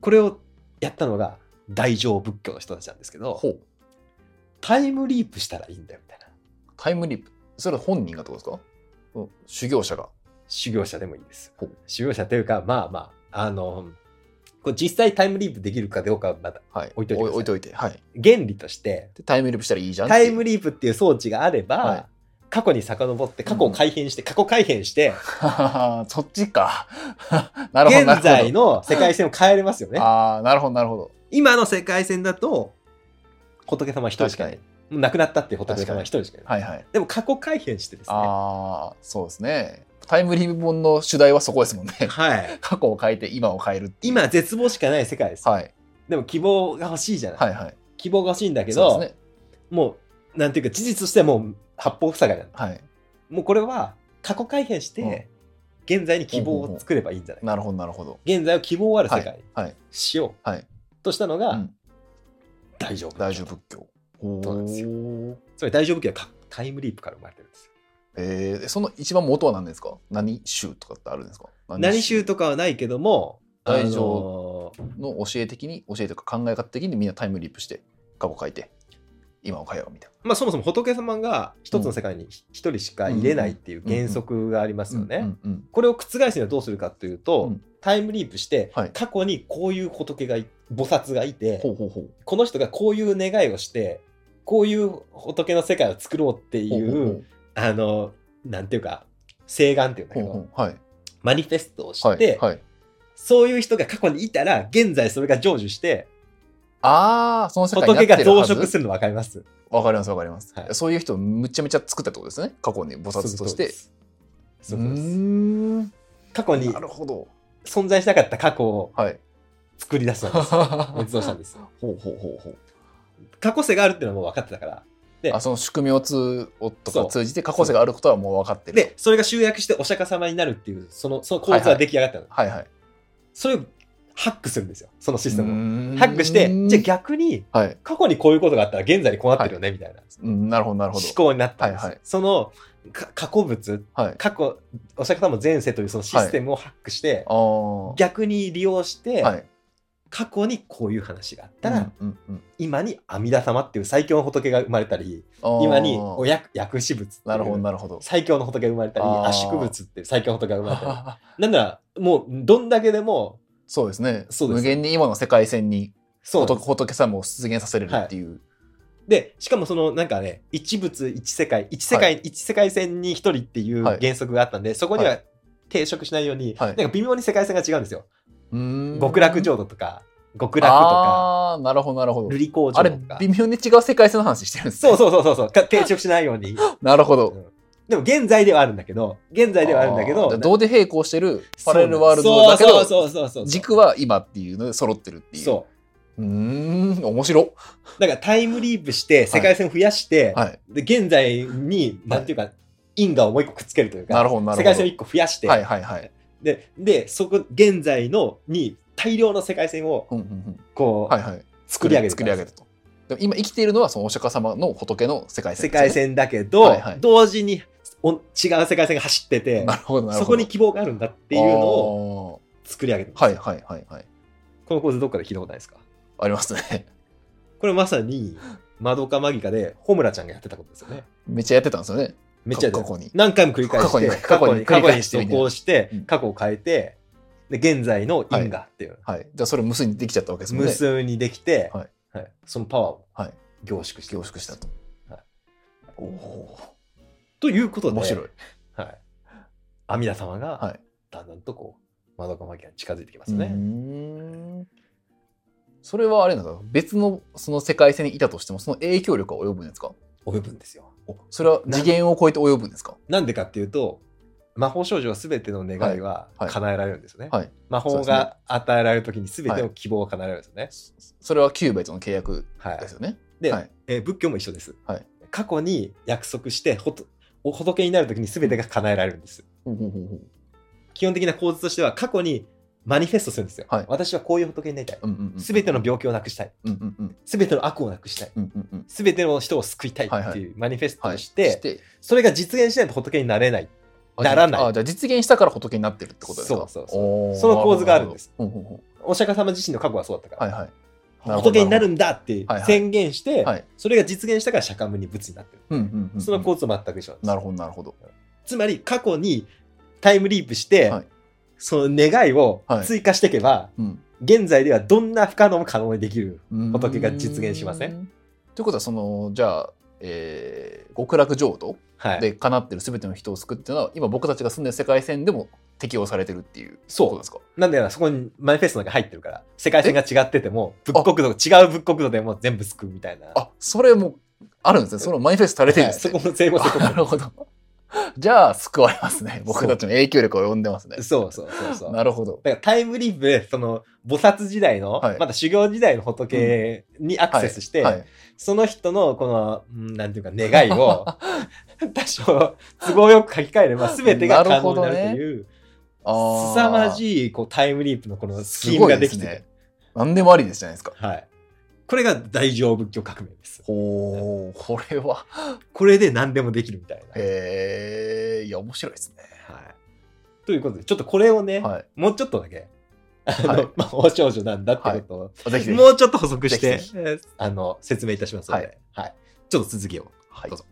S2: これをやったのが大乗仏教の人たちなんですけど
S3: ほう
S2: タイムリープしたらいいんだよみたいな
S3: タイムリープそれは本人がってことですかその修行者が
S2: 修行者でもいいです
S3: ほう。
S2: 修行者というか、まあまあ、あの、これ実際タイムリープできるかどうかはまた
S3: はい
S2: 置いといてください
S3: 置いといてはい
S2: 原理として、
S3: でタイムリープしたらいいじゃん
S2: タイム
S3: リ
S2: リープっていう装置があれば、
S3: はい
S2: 過去に遡って、過去を改変して、過去改変して、
S3: ープ そっちかなるほどなるほど
S2: 現在の世界線を変えれますよね。
S3: ああなるほどなるほど
S2: 今の世界線だと、仏様は一人しかいない。もう亡くなったっていう仏様は一人しかいない。
S3: はいはい
S2: でも過去改変してですね。は
S3: ああそうですねタイムリープ本の主題はそこですもんね
S2: い。
S3: 過去を変えて今を変えるっていう
S2: 今、絶望しかない世界です。
S3: はい
S2: でも希望が欲しいじゃない。
S3: はいはい
S2: 希望が欲しいんだけ
S3: そ
S2: ど、
S3: うですね
S2: もう、なんていうか、事実としてはもう八方塞がりなんだ。
S3: はい
S2: もうこれは過去改変して、現在に希望を作ればいいんじゃないか。
S3: なるほどなるほど
S2: 現在を希望ある世
S3: はい
S2: 界に
S3: はい
S2: しよう
S3: はい
S2: としたのが、
S3: うん
S2: 大丈夫。
S3: 大乗仏教ほ
S2: そうなんですよ
S3: よ
S2: つまり大丈夫期はかタイムリープから生まれてるんですよ。
S3: えー、その一番元は何ですか何宗とかってあるんですか
S2: 何宗とかはないけども、
S3: 大
S2: 丈夫。
S3: の教え的に教えというか考え方的にみんなタイムリープして過去書いて今を変えようみたい
S2: まあそもそも仏様が一つの世界に一人しか入れないっていう原則があります
S3: な。
S2: よね。
S3: うんうん
S2: これを覆すにはどうするかというと、
S3: うん
S2: タイムリープして、
S3: はい
S2: 過去にこういう仏がい菩薩がいて、
S3: ほうほうほう。
S2: この人がこういう願いをしてこういう仏の世界を作ろうってい
S3: ほ
S2: う
S3: うほう
S2: あのなんていうか請願っていうんだ
S3: ほ
S2: け
S3: う
S2: ど、
S3: ほうほうはい。
S2: マニフェストをして、
S3: はい。はい。
S2: そういう人が過去にいたら現在それが成就して
S3: ああ、その世界になっ
S2: 仏
S3: て
S2: が
S3: る
S2: 増
S3: はず
S2: 殖するの分かります
S3: わかりますわかります、
S2: はい
S3: そういう人をむちゃめちゃ作ったってことですね。過去に菩薩とし
S2: そうで
S3: て。う
S2: すそうです
S3: ーん
S2: 過去に
S3: なるほど。
S2: 存在しなかった過去を
S3: はい。
S2: 作り出すん です
S3: ほ
S2: 仏像したんです
S3: うほうほうほう。
S2: 過去性があるっていうのはもう分かってたからで
S3: あその仕組みを通をと
S2: そ
S3: か
S2: う
S3: 通じて過去性があることはもう分かってると
S2: でそれが集約してお釈迦様になるっていうそのその構図は出来上がったの、
S3: はいはい
S2: それをハックするんですよそのシステムを
S3: ム
S2: ハックしてじゃあ逆に
S3: はい
S2: 過去にこういうことがあったら現在にこうなってるよねみたいな
S3: うんなるほどなるほ
S2: 思
S3: ど
S2: 考になったんです、
S3: はいはい
S2: そのか過去物
S3: はい
S2: 過去お釈迦様前世というそのシステムをハックして、
S3: あー
S2: 逆に利用して、
S3: はい
S2: 過去にこういう話があったら、
S3: うんうんうん
S2: 今に阿弥陀様っていう最強の仏が生まれたり
S3: あー
S2: 今にお薬薬師仏って
S3: なるほど
S2: いう
S3: なるほど
S2: 最強の仏が生まれたり
S3: あー
S2: 圧縮仏っていう最強の仏が生まれたりなんならもうどんだけでも
S3: そうですね
S2: そうです
S3: 無限に今の世界線に
S2: そうなん
S3: 仏
S2: です
S3: 仏様を出現させれるっていう、
S2: でしかもそのなんかね一物一世界一世界、一世界線に一人っていう
S3: はい
S2: 原則があったんでそこには抵触しないように、
S3: はい
S2: なんか微妙に世界線が違うんですよ、
S3: うーん
S2: 極楽浄土とか極楽とか
S3: ああーなるほどなるほど
S2: 瑠璃光
S3: あ
S2: 浄
S3: れ
S2: 土とか
S3: 微妙に違う世界線の話してるんですね
S2: そうそうそうそうそうか定着しないよう に
S3: なるほど
S2: うんでも現在ではあるんだけど現在ではあるんだけ
S3: あー
S2: ど
S3: じゃあ同時並行してるパラレルワールドだけ
S2: そう
S3: ど
S2: そうそうそうそう
S3: 軸は今っていうので揃ってるっていう
S2: そう
S3: うーん面白っ
S2: うだからタイムリープして世界線増やして、
S3: はい
S2: で現在になんていうか、因果をもう一個くっつけるというか
S3: なるほどなるほど
S2: 世界線を一個増やして、
S3: はいはいはい
S2: ででそこ現在のに大量の世界線を
S3: うんうんうん
S2: こう、
S3: はいはい
S2: 作り上げて
S3: 作り上げるとでも今生きているのはそのお釈迦様の仏の世界
S2: 世
S3: 線ですね、
S2: 界線だけど、
S3: はいはい
S2: 同時にお違う世界線が走ってて
S3: なるほどなるほど
S2: そこに希望があるんだっていうのを
S3: を
S2: 作り上げてます、
S3: はいはいはいはい
S2: この構図どっかで聞いたことないですか
S3: ありますね
S2: これまさに「マドカマギカ」でホムラちゃんがやってたことですよね
S3: めっちゃやってたんですよね
S2: めっちゃやってた
S3: 過去に
S2: 何回も繰り返して過
S3: 過
S2: 去
S3: 去
S2: に
S3: に
S2: 過
S3: 過
S2: 去
S3: 去
S2: に
S3: に
S2: 進行して
S3: うん
S2: 過去を変えてで現在の因果っていう、
S3: はいじゃあそれを無数にできちゃったわけですもん
S2: 無
S3: ね
S2: 数にできて、は
S3: はい
S2: そのパワーを
S3: はい
S2: 凝縮して、
S3: 凝縮したと、
S2: はい
S3: おおー
S2: ということで
S3: 面白い、
S2: はい、阿弥陀様
S3: は
S2: が
S3: い
S2: だんだんとこう窓かまきが近づいてきます
S3: う
S2: よね、
S3: ーんそれはあれなんだ別のその世界線にいたとしてもその影響力は及ぶんですか
S2: 及ぶんですよ
S3: おそれは次元を超えて及ぶんですか
S2: なんでかっていうと魔法少女は全ての願いは
S3: はいはい
S2: 叶えられるんですよね、
S3: はい
S2: 魔
S3: そう
S2: 法
S3: ですね
S2: が与えられる時に全ての希望が叶えられるんですよね、
S3: それはキューベとの契約
S2: はい
S3: ですよね、
S2: で、
S3: はい
S2: えー仏教も一緒です、
S3: はい
S2: 過去に約束してほとお仏になる時に全てが叶えられるんです
S3: ほうほうほうほう
S2: 基本的な構図としては過去にマニフェストするんですよ、
S3: はい
S2: 私はこういう仏になりたい
S3: うんうんうん
S2: 全ての病気をなくしたい
S3: うんうんうん
S2: 全ての悪をなくしたい
S3: うんうんうん
S2: 全ての人を救いたい
S3: は
S2: って
S3: い
S2: いうマニフェスト
S3: は
S2: を
S3: い
S2: して,、それが実現しないと仏になれない
S3: あじゃあ
S2: ならない
S3: あじゃあ実現したから仏になってるってことですか
S2: そうそうそう
S3: おー
S2: その構図があるんです
S3: なほどほうほうほ
S2: お釈迦様自身の過去はそうだった
S3: うは
S2: か
S3: い
S2: ら、
S3: はい
S2: 仏になるんだって
S3: はいはい
S2: 宣言して、
S3: はい
S2: それが実現したから釈迦牟尼仏になってる、
S3: うんうんうん
S2: その構図と全く一緒なんです
S3: なるほどなるほど
S2: つまり過去にタイムリープして、
S3: はい
S2: その願いを
S3: はい
S2: 追加していけば、
S3: うん
S2: 現在ではどんな不可能も可能にできる
S3: うーん
S2: 仏が実現しません
S3: ということはそのじゃあ、えー極楽浄土
S2: はい
S3: で叶ってる全ての人を救うっていうのは今僕たちが住んでる世界線でも適用されてるっていう
S2: そう
S3: ことですか
S2: なんでならそこにマニフェストなんか入ってるから世界線が違ってても仏国土違う仏国土でも全部救うみたいな
S3: あそれもあるんですねそのマニフェストされてるん
S2: は
S3: で
S2: い
S3: す
S2: そ
S3: ね、
S2: こも整合性と
S3: あな
S2: か
S3: るほどじゃあ救われますね僕たちの影響力を及んでますね
S2: そうそうそうそう
S3: なるほど
S2: だからタイムリープでその菩薩時代の、
S3: はい
S2: まだ修行時代の仏にアクセスして、
S3: はいはい
S2: その人のこのうんなんていうか願い を多少都合よく書き換えれば全てが可能になるという、
S3: あー
S2: 凄まじいこうタイムリープのこのスキ
S3: す
S2: ーム
S3: ご
S2: が
S3: い
S2: で
S3: で
S2: き
S3: す
S2: てて、
S3: ね。何でもありですじゃないですか。
S2: はい、これが大乗仏教革命です
S3: ほう、これは。
S2: これで何でもできるみたいな、はい、
S3: へえ、いや、面白いです
S2: ということでちょっとこれをね、
S3: ね。はい。
S2: もうちょっとだけあの、
S3: はい
S2: 魔法少女なんだってことを、
S3: あぜひぜひ。
S2: もうちょっと補足して
S3: ぜひ
S2: えーあの説明いたしますので、は
S3: はい
S2: ちょっと続きを
S3: はい
S2: どうぞ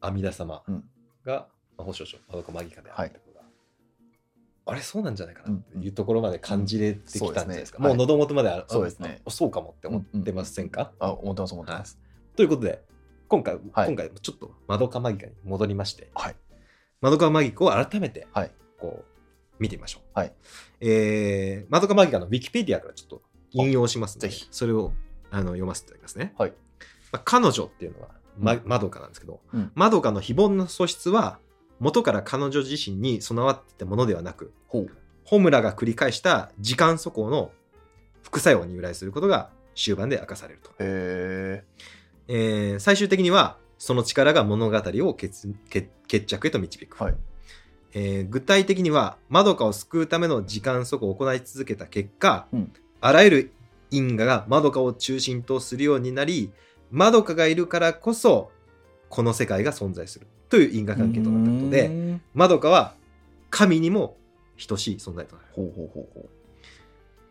S2: 阿弥陀様
S3: うん
S2: が魔法少女魔毒マギカであるってことが、あれそうなんじゃないかなって
S3: うん
S2: いうところまで感じれてきたんじゃないですか、
S3: うんそ
S2: も
S3: うですね
S2: う喉元まである、
S3: そうですね
S2: あそうかもって思ってませんか、
S3: あ、思ってます、思ってます。
S2: ということで今回、
S3: はい
S2: 今回ちょっとマドカマギカに戻りまして、
S3: はい
S2: マドカマギカを改めて、
S3: はい
S2: こう見てみましょう。
S3: はい。
S2: えー、マドカマギカのウィキペディアからちょっと引用しますので、
S3: ぜひ
S2: それをあの読ませていただきますね。
S3: はい。
S2: まあ、彼女っていうのは、ま
S3: うん
S2: マドカなんですけど、
S3: うん
S2: マドカの非凡な素質は、元から彼女自身に備わっていたものではなく、
S3: ほう。
S2: ホムラが繰り返した時間素行の副作用に由来することが終盤で明かされると。
S3: へえ。
S2: えー最終的にはその力が物語を決決決着へと導く、
S3: はい。
S2: えー具体的にはマドカを救うための時間速を行い続けた結果、
S3: うん
S2: あらゆる因果がマドカを中心とするようになりマドカがいるからこそこの世界が存在するという因果関係となったこと
S3: う
S2: で
S3: ーん
S2: マドカは神にも等しい存在となる
S3: ほうほうほうほ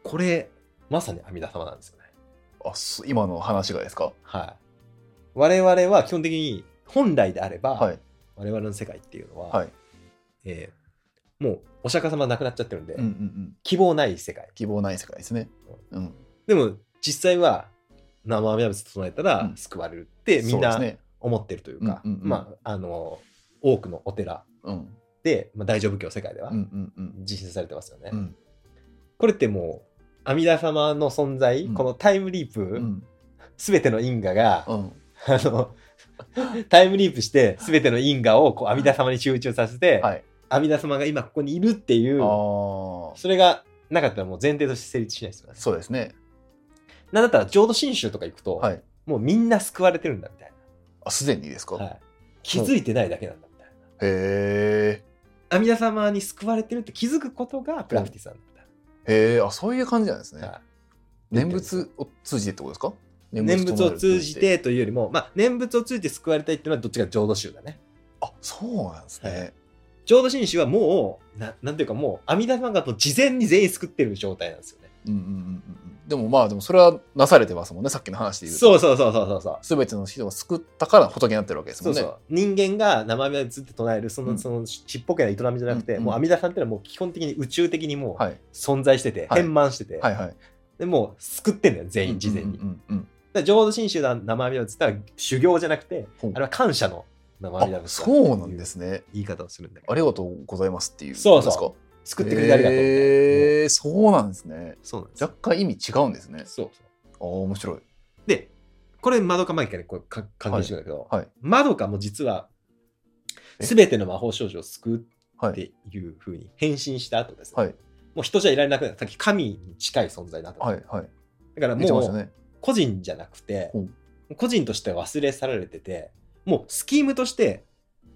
S2: これまさに阿弥陀様なんですよね
S3: う。あ、す今の話がですか
S2: はい我々は基本的に本来であれば、
S3: はい。
S2: 我々の世界っていうのは、
S3: はい。
S2: えーもうお釈迦様なくなっちゃってるんで、
S3: うんうんうん。
S2: 希望ない世界
S3: 希望ない世界ですね。うん。
S2: でも実際は生阿弥陀仏唱えたら
S3: うん
S2: 救われるってみん
S3: そ
S2: な
S3: うですね。
S2: 思ってるというか、
S3: うんうんうん
S2: まああの多くのお寺
S3: うん。
S2: で、まあ、大乗仏教世界では
S3: うんうんうん。
S2: 実践されてますよね、
S3: うん
S2: これってもう阿弥陀様の存在、
S3: うん
S2: このタイムリー
S3: う
S2: プ
S3: ん
S2: すべ、全ての因果が、
S3: うん。
S2: あのタイムリープしてすべての因果をこう阿弥陀様に集中させて、
S3: はい。
S2: 阿弥陀様が今ここにいるっていう
S3: ああ。
S2: それがなかったらもう前提として成立しないですよね。
S3: そうですね。
S2: なんだったら浄土真宗とか行くと、
S3: はい。
S2: もうみんな救われてるんだみたい
S3: あ、すでにですか、
S2: な、はい、気づいてないだけなんだみたいな
S3: へ
S2: 阿弥陀様に救われてるって気づくことがプラクティスなんだみたい
S3: え。へえ。あ、そういう感じなんですね。
S2: な、はい
S3: 念仏を通じてってことですか
S2: 念仏を通じ。
S3: と唱える
S2: てというよりも、まあ、念仏を通じて救われたいっていうのはどっちか浄土宗だね
S3: あ、そうなんですね。
S2: はい浄土真宗はもうななんていうかもう阿弥陀様がもう事前に全員救ってる状態なんですよね
S3: うんうんうんうんうん。でもまあ、でもそれはなされてますもんね、さっきの話で言うと。
S2: そうそうそうそうそうそう
S3: すべての人が救ったから仏になってるわけです
S2: そ
S3: も
S2: うん
S3: ね。
S2: そう人間が生身でずって唱えるその,、
S3: うん
S2: そのちっぽけな営みじゃなくて、
S3: うんうん
S2: もう阿弥陀さんっていうのはもう基本的に宇宙的にもう
S3: はい、
S2: 存在してて、
S3: はい
S2: 変満してて、
S3: はいはい。
S2: でもう救ってんだよ全員事前に、
S3: うんうんうん
S2: だから浄土真宗の生阿弥陀仏ってのは修行じゃなくて
S3: ほう
S2: あれは感謝の生阿弥陀
S3: あ
S2: 仏だ
S3: そうなんですね。
S2: 言い方をするんだけど
S3: ありがとうございますっていう
S2: そう
S3: こ
S2: そう
S3: とですか。
S2: 救ってくれてありがとうみたいな、
S3: へーそうなんですね。
S2: そうなんですよ
S3: 若干意味違うんですね。
S2: そうそう
S3: ああ、面白い。
S2: でこれ窓かマギカにこれか関係してるんだけど、
S3: はいはい
S2: 窓かも実は
S3: え
S2: 全ての魔法少女を救う
S3: は
S2: っ
S3: い。
S2: ていうふうに変身した後ですね、
S3: はい
S2: もう人じゃいられなくなったさっき神に近い存在だと、
S3: はいはい。
S2: だから
S3: 言って
S2: も
S3: ました
S2: う
S3: ね。
S2: 個人じゃなくて
S3: ほ
S2: 個人として忘れ去られててもうスキームとして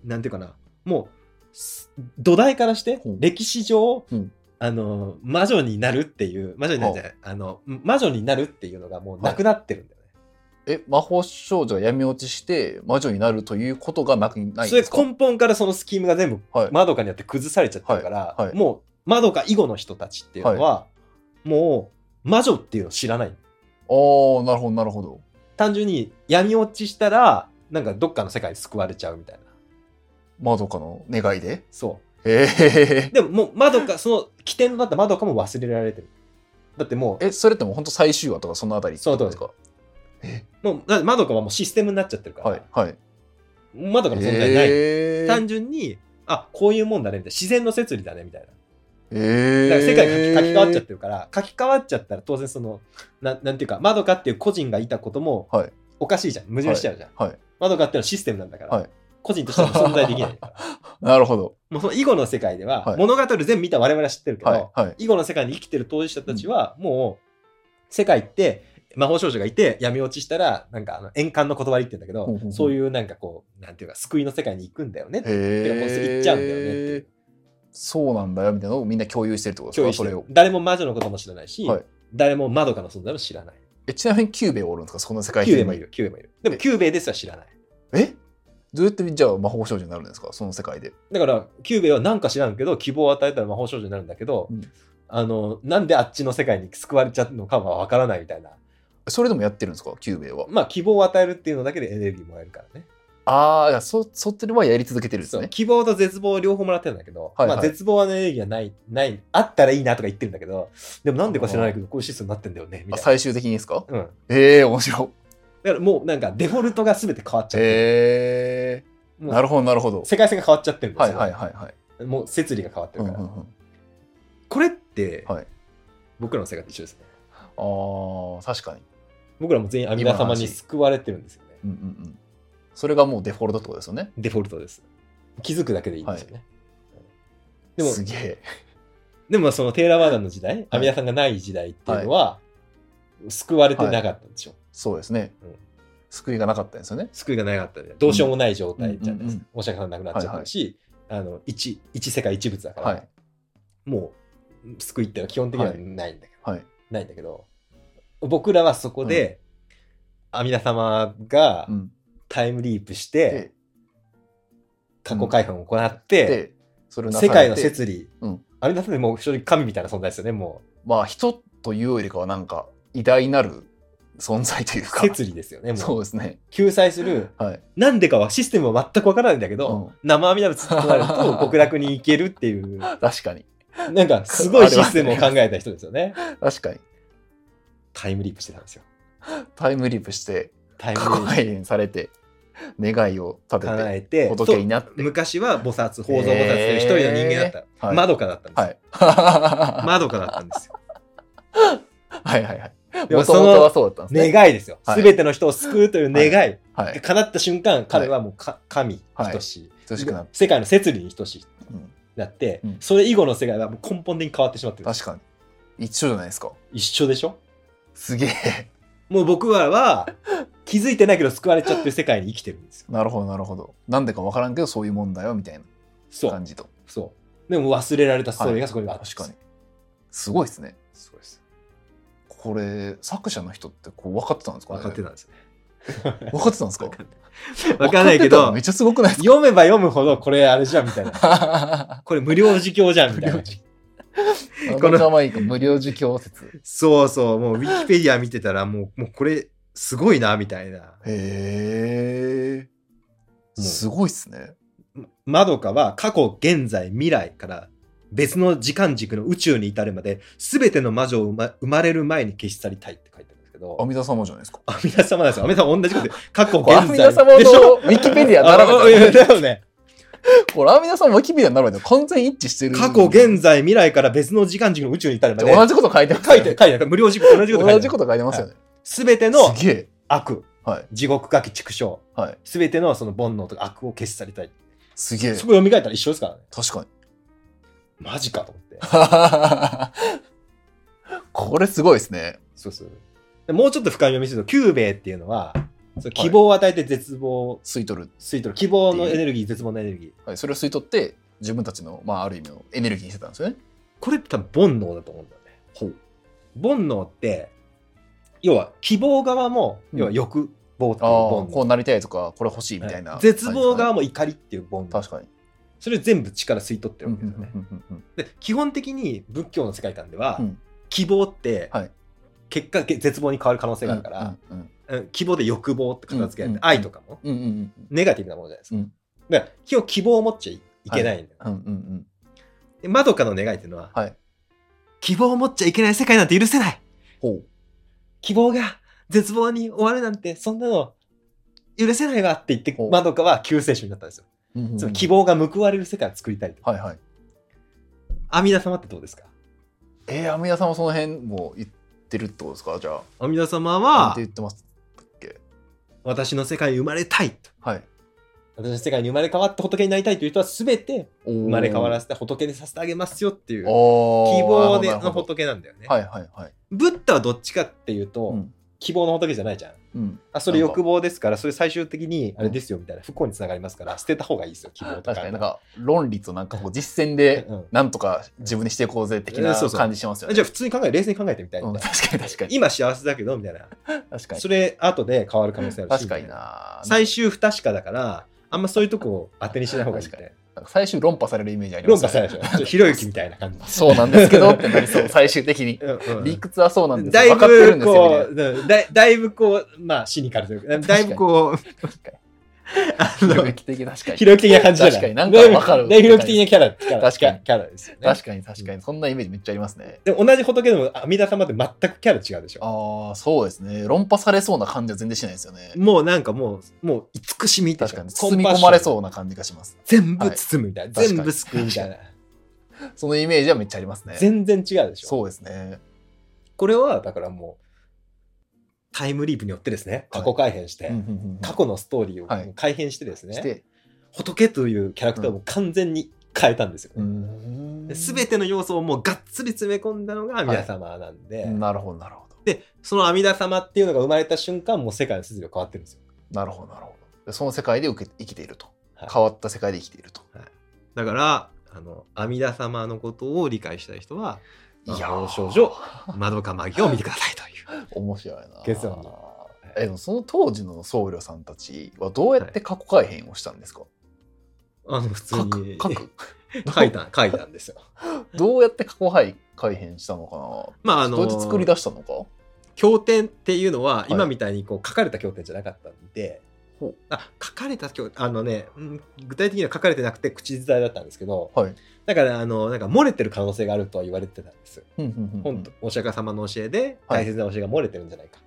S2: なんていうかなもうす土台からして
S3: ほう
S2: 歴史上、
S3: うん
S2: あの魔女になるっていう魔女になるじゃないあの魔女になるっていうのがもうなくなってるんだよね、
S3: え、魔法少女が闇落ちして魔女になるということがなくないん
S2: それ
S3: ですか
S2: 根本からそのスキームが全部
S3: はい。
S2: マドカによって崩されちゃってるから、
S3: はいはい
S2: もうマドカ以後の人たちっていうのは、もう魔女っていうのを知らない
S3: おおなるほどなるほど。
S2: 単純に闇落ちしたらなんかどっかの世界に救われちゃうみたいな
S3: まどかの願いで。
S2: そう
S3: へえ。
S2: でももう窓かその起点となった窓かも忘れられてる。だってもう、
S3: え、それってもう本当最終話とかそのあたりってことですか
S2: もうだって窓かはもうシステムになっちゃってるから、
S3: はいはい。
S2: 窓かの存在ない。
S3: へー
S2: 単純に、あこういうもんだねみたいな、自然の摂理だねみたいな。
S3: え
S2: だ
S3: え
S2: から世界が書き書き換わっちゃってるから、書き換わっちゃったら当然その、ななんていうか、窓かっていう個人がいたことも
S3: はい
S2: おかしいじゃん、矛盾しちゃうじゃん。
S3: はい。
S2: 窓かっていうのはシステムなんだから、
S3: はい
S2: 個人としても存在できないから。
S3: なるほど。
S2: もうその以後の世界では、
S3: はい
S2: 物語全部見た我々は知ってるけど、
S3: はいはい。
S2: 囲碁の世界に生きてる当事者たちは、もう、世界って、魔法少女がいて、闇落ちしたら、なんか、あの、円環の断りって言うんだけど、
S3: ほうほうほう
S2: そういう、なんかこう、なんていうか、救いの世界に行くんだよね。
S3: へ
S2: てかもうすぐ行っちゃうんだよねってい
S3: え。そうなんだよみたいなのをみんな共有してるってこと
S2: 共
S3: で
S2: 有し
S3: すか
S2: て
S3: それ
S2: る
S3: を。
S2: 誰も魔女のことも知らないし、
S3: はい
S2: 誰も窓かの存在も知らない。
S3: えちなみにキューベおるんですかその世界
S2: キューベ
S3: 線
S2: もい
S3: に。
S2: る、キューベもいる。でも、
S3: え
S2: キューベですら知らない。
S3: えどうやってじゃあ魔法少女になるんですかその世界で。
S2: だから、キューベはなんか知らんけど、希望を与えたら魔法少女になるんだけど、
S3: うん
S2: あの、なんであっちの世界に救われちゃうのかはわからないみたいな。
S3: それでもやってるんですかキューベは。
S2: まあ、希望を与えるっていうのだけでエネルギーもらえるからね。
S3: ああ、いやそそっちはやり続けてるんです
S2: そう
S3: ね。
S2: 希望と絶望を両方もらってるんだけど、
S3: はいはい
S2: まあ、絶望はエネルギーはないないあったらいいなとか言ってるんだけどでもなんでか知らないけどこういうシステムになってんだよねみ
S3: あ
S2: たい
S3: 最終的にですか
S2: な、うん、
S3: ええ面白い。
S2: だからもうなんかデフォルトが全て変わっちゃってる、
S3: へえ
S2: もう
S3: なるほどなるほど。
S2: 世界線が変わっちゃってるんです
S3: はい
S2: よ、
S3: はいはいはい。
S2: もう摂理が変わって
S3: う
S2: る
S3: ん
S2: か
S3: うん
S2: ら、
S3: うん
S2: って、
S3: はい
S2: 僕らの世界と一緒ですね
S3: ああ、確かに。
S2: 僕らも全員阿弥陀様に救われてるんですよね
S3: うんうんうん。それがもうデフォルトってことですよね。
S2: デフォルトです気づくだけでいいんですよね、でも
S3: すげえ。
S2: でもそのテーラーバーダンの時代阿弥陀さんがない時代っていうのは、救われてなかったんでしょ、
S3: そうですね。
S2: うん
S3: 救いがなかったんですよね。
S2: 救いがなかったみたいなどうしようもない状態じゃないです
S3: うんうんうん
S2: か、お釈迦さん亡くなっちゃったし、あの一一世界一物だから、
S3: はい。
S2: もう救いっていうのは基本的には
S3: はい
S2: ないんだけど、
S3: はい。
S2: ないんだけど僕らはそこで、阿弥陀様が
S3: うん。
S2: タイムリープして、
S3: で、
S2: 過去改変を行って、
S3: でそれをなさ
S2: 世
S3: れて
S2: 界の摂理、
S3: うん
S2: 阿弥陀さんってもう正直神みたいな存在ですよねも
S3: まあ、人というよりかは、なんか、偉大なる存在という
S2: う
S3: か。
S2: 摂理ですよねも
S3: そううですね。
S2: 救済する
S3: はい。
S2: なんでかはシステムは全くわからないんだけど、生阿弥陀仏となると極楽に行けるっていう
S3: 確かに。
S2: なんかすごいシステムを考えた人ですよね
S3: 確かに。
S2: タイムリープしてたんですよ
S3: タイムリープして、
S2: タイム
S3: 過
S2: リー
S3: 去
S2: プ
S3: 改変されて、願いを立て
S2: 叶
S3: て、
S2: えて
S3: 仏になって。
S2: 昔は菩薩宝蔵菩薩という一人の人間だった、
S3: えーはい
S2: まどかだったんです
S3: は
S2: よ、
S3: い。は
S2: まどかだったんですよ
S3: いはいはい。
S2: でも
S3: も
S2: そ
S3: と
S2: の
S3: も とはそうだったんですね。
S2: 願いですよ、
S3: はい
S2: 全ての人を救うという願い、
S3: はい
S2: で。叶った瞬間彼はもうか神
S3: はい
S2: 等しい、
S3: 等しくなっ
S2: 世界の摂理に等しい
S3: うん
S2: だって、
S3: うん
S2: それ以後の世界はもう根本的に変わってしまってる
S3: 確かに。一緒じゃないですか。
S2: 一緒でしょ
S3: すげえ。
S2: もう僕らは気づいてないけど救われちゃってる世界に生きてるんですよ
S3: なるほどなるほど。なんでかわからんけど、そういうもんだよ、みたい
S2: そ
S3: な
S2: う
S3: 感じと。
S2: そうでも忘れられたストーリーがそこにはあったんで
S3: 確
S2: す
S3: かに。すごいですね。
S2: そうです
S3: これ、作者の人ってこう分かってたんですかね
S2: 分かってたんですよ
S3: 分かってたんですか
S2: 分かんない分かんないけ
S3: 分かってたの
S2: ど
S3: めっちゃすごくないで す
S2: 読めば読むほどこれあれじゃんみたいな
S3: か
S2: これ無料授業じゃんみたい
S3: 無
S2: な
S3: 料この可愛い子無料受教説。
S2: そうそうもうウィキペディア見てたらもうもうこれすごいなみたいな
S3: へえ。すごいっすね。
S2: まどかは過去現在未来から別の時間軸の宇宙に至るまで全ての魔女を生ま生まれる前に消し去りたいって書いてあるんですけ
S3: 阿
S2: ど
S3: 弥陀様じゃないですか。
S2: 阿弥陀様なんですよ阿弥陀様同じことで過去
S3: これ阿
S2: 現
S3: 弥
S2: 在
S3: 陀様の
S2: でしょ
S3: ウィキペディア
S2: あ
S3: 並
S2: あい
S3: べ
S2: や
S3: て。
S2: だよね
S3: これ阿弥陀様のウィキペディア並べて完全一致してる。
S2: 過去現在未来から別の時間軸の宇宙に至るまで
S3: 同じこと書いてます
S2: 書
S3: よ
S2: いて書いてあ
S3: ね。
S2: る無料軸同じこと書
S3: 同
S2: いて
S3: じ
S2: あ
S3: こ
S2: る
S3: と書いてますよね。
S2: 全ての
S3: すげえ。
S2: 悪
S3: はい。
S2: 地獄かき畜生
S3: はい。
S2: 全てのその煩悩とか悪を消し去りたい
S3: すげえ。
S2: そこ読み替えたら一緒ですからね
S3: 確かに。
S2: マジかと思って
S3: これすごいですね。
S2: そうそうでもうちょっと深みを見せると久兵衛っていうのはその希望を与えて絶望を
S3: 吸い取る。
S2: 吸い取る希望のエネルギー絶望のエネルギー
S3: はい、それを吸い取って、自分たちの、まあ、ある意味のエネルギーにしてたんですよね。
S2: これって多分煩悩だと思うんだよね
S3: ほう。
S2: 煩悩って要は希望側も
S3: うん
S2: 要は欲望っていう
S3: ああ、
S2: 煩
S3: こ
S2: 悩、
S3: うなりたいとか、これ欲しいみたいな、
S2: はい絶望側も怒りっていう煩悩
S3: 確かに。
S2: それを全部力吸い取ってるわけですよね、
S3: うんうんうんうん
S2: で基本的に仏教の世界観では、
S3: うん
S2: 希望って、
S3: はい
S2: 結果け絶望に変わる可能性があるから、
S3: うん
S2: うん希望で欲望って片付けられて、
S3: うんうん
S2: 愛とかも
S3: うんうん
S2: ネガティブなものじゃないですか。
S3: うん
S2: だから基本希望を持っちゃいけないんだよ。
S3: うんうんうん
S2: でまどかの願いっていうのは、
S3: はい
S2: 希望を持っちゃいけない世界なんて許せない
S3: ほう
S2: 希望が絶望に終わるなんてそんなの許せないわって言って
S3: ほう
S2: まどかは救世主になったんですよ。
S3: うんうんうん
S2: つまり希望が報われる世界を作りたいと。
S3: はいはい
S2: 阿弥陀様ってどうですか
S3: えー、阿弥陀さんはその辺も言ってるってことですかじゃあ
S2: 阿弥陀様
S3: っ
S2: は
S3: て言ってますっけ
S2: 私の世界に生まれたいと。
S3: はい
S2: 私の世界に生まれ変わって仏になりたいという人は全て
S3: 生
S2: 生まれ変わら
S3: ず
S2: せて仏にさせてあげますよっていう
S3: 希
S2: 希望での仏なんだよね。
S3: はいはいはい
S2: ブッダはどっちかっていうと、
S3: うん
S2: 希望の仏じゃないじゃん。
S3: うん
S2: あそれ
S3: なんか
S2: 欲望ですから、それ最終的にあれですよみたいな不幸につながりますから、捨てた方がいいですよ、希望とか。
S3: 確かになんか論理となんかこう実践で
S2: うん
S3: なんとか自分にしていこうぜ的な
S2: そうそう
S3: 感じしますよね。
S2: じゃあ普通に考え、冷静に考えてみたいみ
S3: うん
S2: たいな。
S3: 確かに確かに
S2: 今幸せだけどみたいな。
S3: 確かに
S2: それ後で変わる可能性あるし。
S3: 確かに
S2: みたいな。
S3: な
S2: 最終不確かだから、あんまそういうとこを当てにしない方がいいみたいな。
S3: なんか最終論破されるイメージありま
S2: 論
S3: すよ
S2: 破
S3: ね
S2: されるでしょ。ちょっとひろゆきみたいな感じ。
S3: そうなんですけどってなりそう最終的に
S2: うん うん
S3: 理屈はそうなんです
S2: だ
S3: よ
S2: い
S3: 分かってるん
S2: ぶ
S3: ですよみたい
S2: こ
S3: な
S2: う、うんだいだいぶこう、まあシニカルというか、だいぶこう、
S3: 確かに
S2: あ
S3: ひろ
S2: の
S3: ゆき的確かに
S2: ひろゆき的な感じじゃない
S3: 確かになんかわかる
S2: でひろゆき的なキャラ、キャラ
S3: 確かに
S2: キャラですよね。
S3: 確かに確かにそんなイメージめっちゃありますね
S2: でも同じ仏でも阿弥陀様って全くキャラ違うでしょ。
S3: ああそうですね論破されそうな感じは全然しないですよね
S2: もうなんかもう、もう慈しみっていう
S3: 確かに包み込まれそうな感じがします
S2: 全部包むみたいな。
S3: はい
S2: 全部救うみたいな。
S3: そのイメージはめっちゃありますね。
S2: 全然違うでしょ
S3: そうですね。
S2: これはだからもうタイムリープによってですね過去改変して、
S3: うんうんうんうん
S2: 過去のストーリ
S3: は
S2: ー
S3: い
S2: を改変してですね、
S3: して、
S2: 仏というキャラクターを完全に変えたんですよね、
S3: す
S2: 全ての要素をもうがっつり詰め込んだのが阿弥陀様なんで、
S3: なるほど、なるほど。
S2: でその阿弥陀様っていうのが生まれた瞬間もう世界の筋が変わってるんですよ
S3: なるほど、なるほど。でその世界で受け生きていると、
S2: はい
S3: 変わった世界で生きていると。
S2: だからあの阿弥陀様のことを理解したい人はい
S3: や
S2: 魔
S3: ー
S2: 法少女まどかマギを見てくださいとい う
S3: 面白いな。
S2: 結論に
S3: えでもその当時の僧侶さんたちはどうやって過去改変をしたんですか、
S2: あの普通
S3: 書く
S2: に
S3: 書く
S2: 書いた書いたんですよ
S3: どうやって過去改変したのかな
S2: まああの
S3: どうやって作り出したのか
S2: 経典っていうのはい今みたいにこう書かれた経典じゃなかったんで、
S3: ほう
S2: あ書かれた経あのね、うん具体的には書かれてなくて口伝えだったんですけど、
S3: はい
S2: だからあのなんか漏れてる可能性があるとは言われてたんですよ、
S3: 本
S2: 本当お釈迦様の教えで
S3: は
S2: 大
S3: い
S2: 切な教えが漏れてるんじゃないか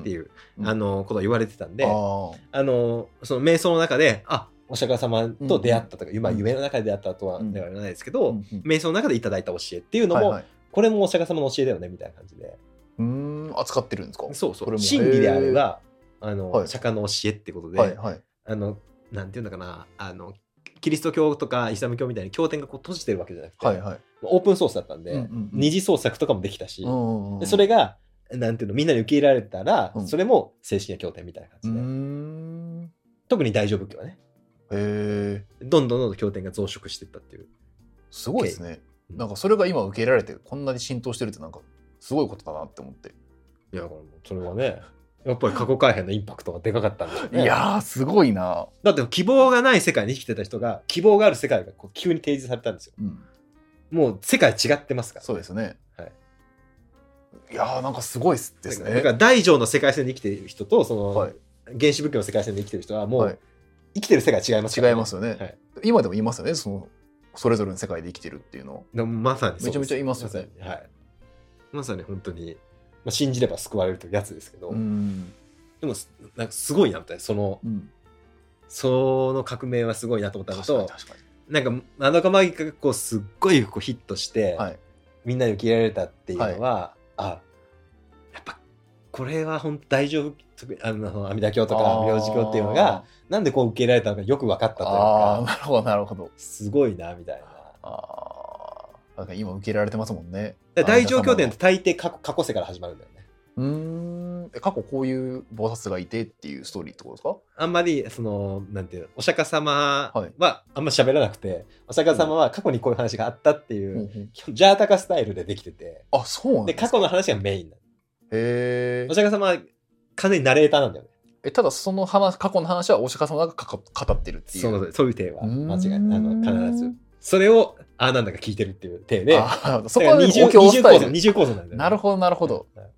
S2: っていうう、
S3: ん
S2: あのことを言われてたん
S3: で
S2: で、あのその瞑想の中であお釈迦様と出会ったとか、今
S3: うん
S2: 夢の中で出会ったとは
S3: うん
S2: ではないですけど、瞑想の中でいただいた教えっていうのも、
S3: はいはいう
S2: これもお釈迦様の教えだよねみたいな感じで。
S3: ーん扱ってるんですか
S2: そうそ
S3: これ
S2: う。
S3: も
S2: 真理であれば、あの、
S3: はい
S2: 釈迦の教えってことで、
S3: はいはい
S2: あの、なんていうのかな、あの、キリスト教とかイスラム教みたいに経典がこう閉じてるわけじゃなくて、
S3: はいはい
S2: オープンソースだったんで、
S3: うんうんうん
S2: 二次創作とかもできたし、
S3: うんうんうん
S2: でそれが、なんていうの、みんなに受け入れられたら、
S3: うん
S2: それも正式な経典みたいな感
S3: う
S2: じ
S3: ー
S2: で、
S3: ん
S2: 特に大乗仏教はね、
S3: へえ
S2: どんどんどんどん経典が増殖していったっていう。
S3: すごいですね
S2: うん
S3: なんかそれが今受け入れられてこんなに浸透してるってなんかすごいことだなって思って
S2: いや、それはね、やっぱり過去改変のインパクトがでかかったんでしょう
S3: い
S2: ね。
S3: やーすごいな
S2: だって希望がない世界に生きてた人が、希望がある世界がこう急に提示されたんですよ。
S3: うん
S2: もう世界違ってますから。
S3: そうですね
S2: はい
S3: いやーなんかすごいっすです
S2: だから
S3: ね
S2: 大乗の世界線で生きている人とその、
S3: はい
S2: 原始仏教の世界線で生きてる人はもう、
S3: はい
S2: 生きてる世界違いますから
S3: 違いますよね
S2: はい
S3: 今でも言いますよねそのそれぞれの世界で生きてるっていうのは
S2: でもまさにそうです
S3: めちゃめちゃいますよね
S2: まさにはいまさに本当に、まあ、信じれば救われるというやつですけど、
S3: うん
S2: でもすなんかすごいなみたいなその
S3: うん
S2: その革命はすごいなと思ったの
S3: 確かに
S2: と
S3: 確かに
S2: なんかマドカマギカがこうすっごいこうヒットして、
S3: はい
S2: みんなに受け入れられたっていうのは、あやっぱこれは本当大丈夫あの阿弥陀教とか名字教っていうのがなんでこう受け入れられたのかよく分かったという
S3: あー
S2: か、
S3: あーなるほどなるほど
S2: すごいな、みたいな。
S3: ああなんか今受け入れられてますもんね
S2: だから大乗経典っ
S3: あ
S2: て大抵過去過去世から始まるんだよね。
S3: うーんえ過去こういう菩薩がいてっていうストーリーってこと
S2: あんまり、その、なんていうの、お釈迦様
S3: はい
S2: はあんま喋らなくて、お釈迦様は過去にこういう話があったってい
S3: で
S2: う、
S3: すか、うんうん
S2: 基本ジャータカスタイルでできてて、
S3: あそうなん
S2: で、
S3: ですか
S2: 過去の話がメインなの。
S3: へ
S2: お
S3: ー
S2: 釈迦様は完全にナレーターなんだよね。
S3: えただその話過去の話はお釈迦様がかか語ってるっていう
S2: そうそういう体は、
S3: うーん
S2: 間違いない。あの、必ず。それを、ああなんだか聞いてるっていう体で、
S3: あーそこ
S2: だか
S3: は
S2: ら二
S3: ね
S2: 重
S3: お
S2: 二重
S3: 経スタ
S2: 構
S3: イ
S2: 造、
S3: ル
S2: 二重構造なんだよね。
S3: なるほどなるほど
S2: はい。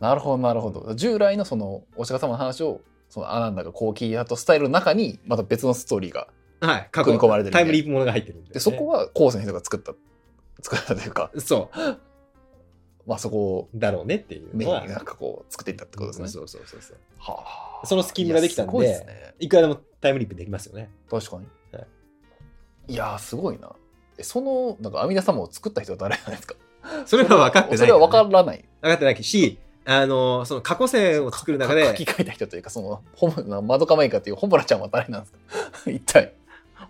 S3: なるほどなるほど従来のそのお釈迦様の話をそのアナンダがこう聞いたとスタイルの中にまた別のストーリーが
S2: はい、過去
S3: 組み込まれて
S2: の
S3: る
S2: タイムリープものが入ってるんだよね
S3: でそこは後世の人が作った作ったというか、
S2: そう、
S3: まあ、そこを
S2: だろうねっていう
S3: メイ
S2: の
S3: ン
S2: は
S3: に。なんかこう作っていったってことですね。
S2: そうそうそうそう。
S3: はあ
S2: そのスキームができたんで
S3: いやすごいですね
S2: いくらでもタイムリープできますよね。
S3: 確かに。、
S2: はい
S3: やーすごいな。えそのなんか阿弥陀様を作った人は誰なんですか
S2: それは分 かってない、
S3: それは分からない。
S2: 分かってないし、あの、その過去性を作る中で
S3: か、書き換えた人というかそのホムなマドカマイカというホムラちゃんは誰なんですか 一体。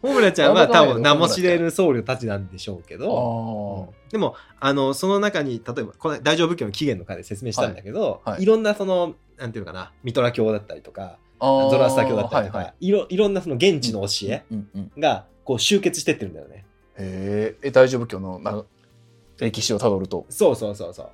S2: ホムラちゃんは
S3: わか
S2: 多
S3: んない
S2: 分名も知れる僧侶たちなんでしょうけ
S3: あ
S2: ど、うんでも、あの、その中に、例えば、この大乗仏教の起源の回で説明したんだけど、
S3: はい
S2: い
S3: はい
S2: ろんなその、なんていうのかな、ミトラ教だったりとか、
S3: あ
S2: ゾロアスター教だったりとか、
S3: はい
S2: い
S3: はい
S2: ろいろんなその現地の教え
S3: うんうん、
S2: が、こう集結してってるんだよね。
S3: へーえ大乗仏教のな歴史をたどると。
S2: そうそうそうそう。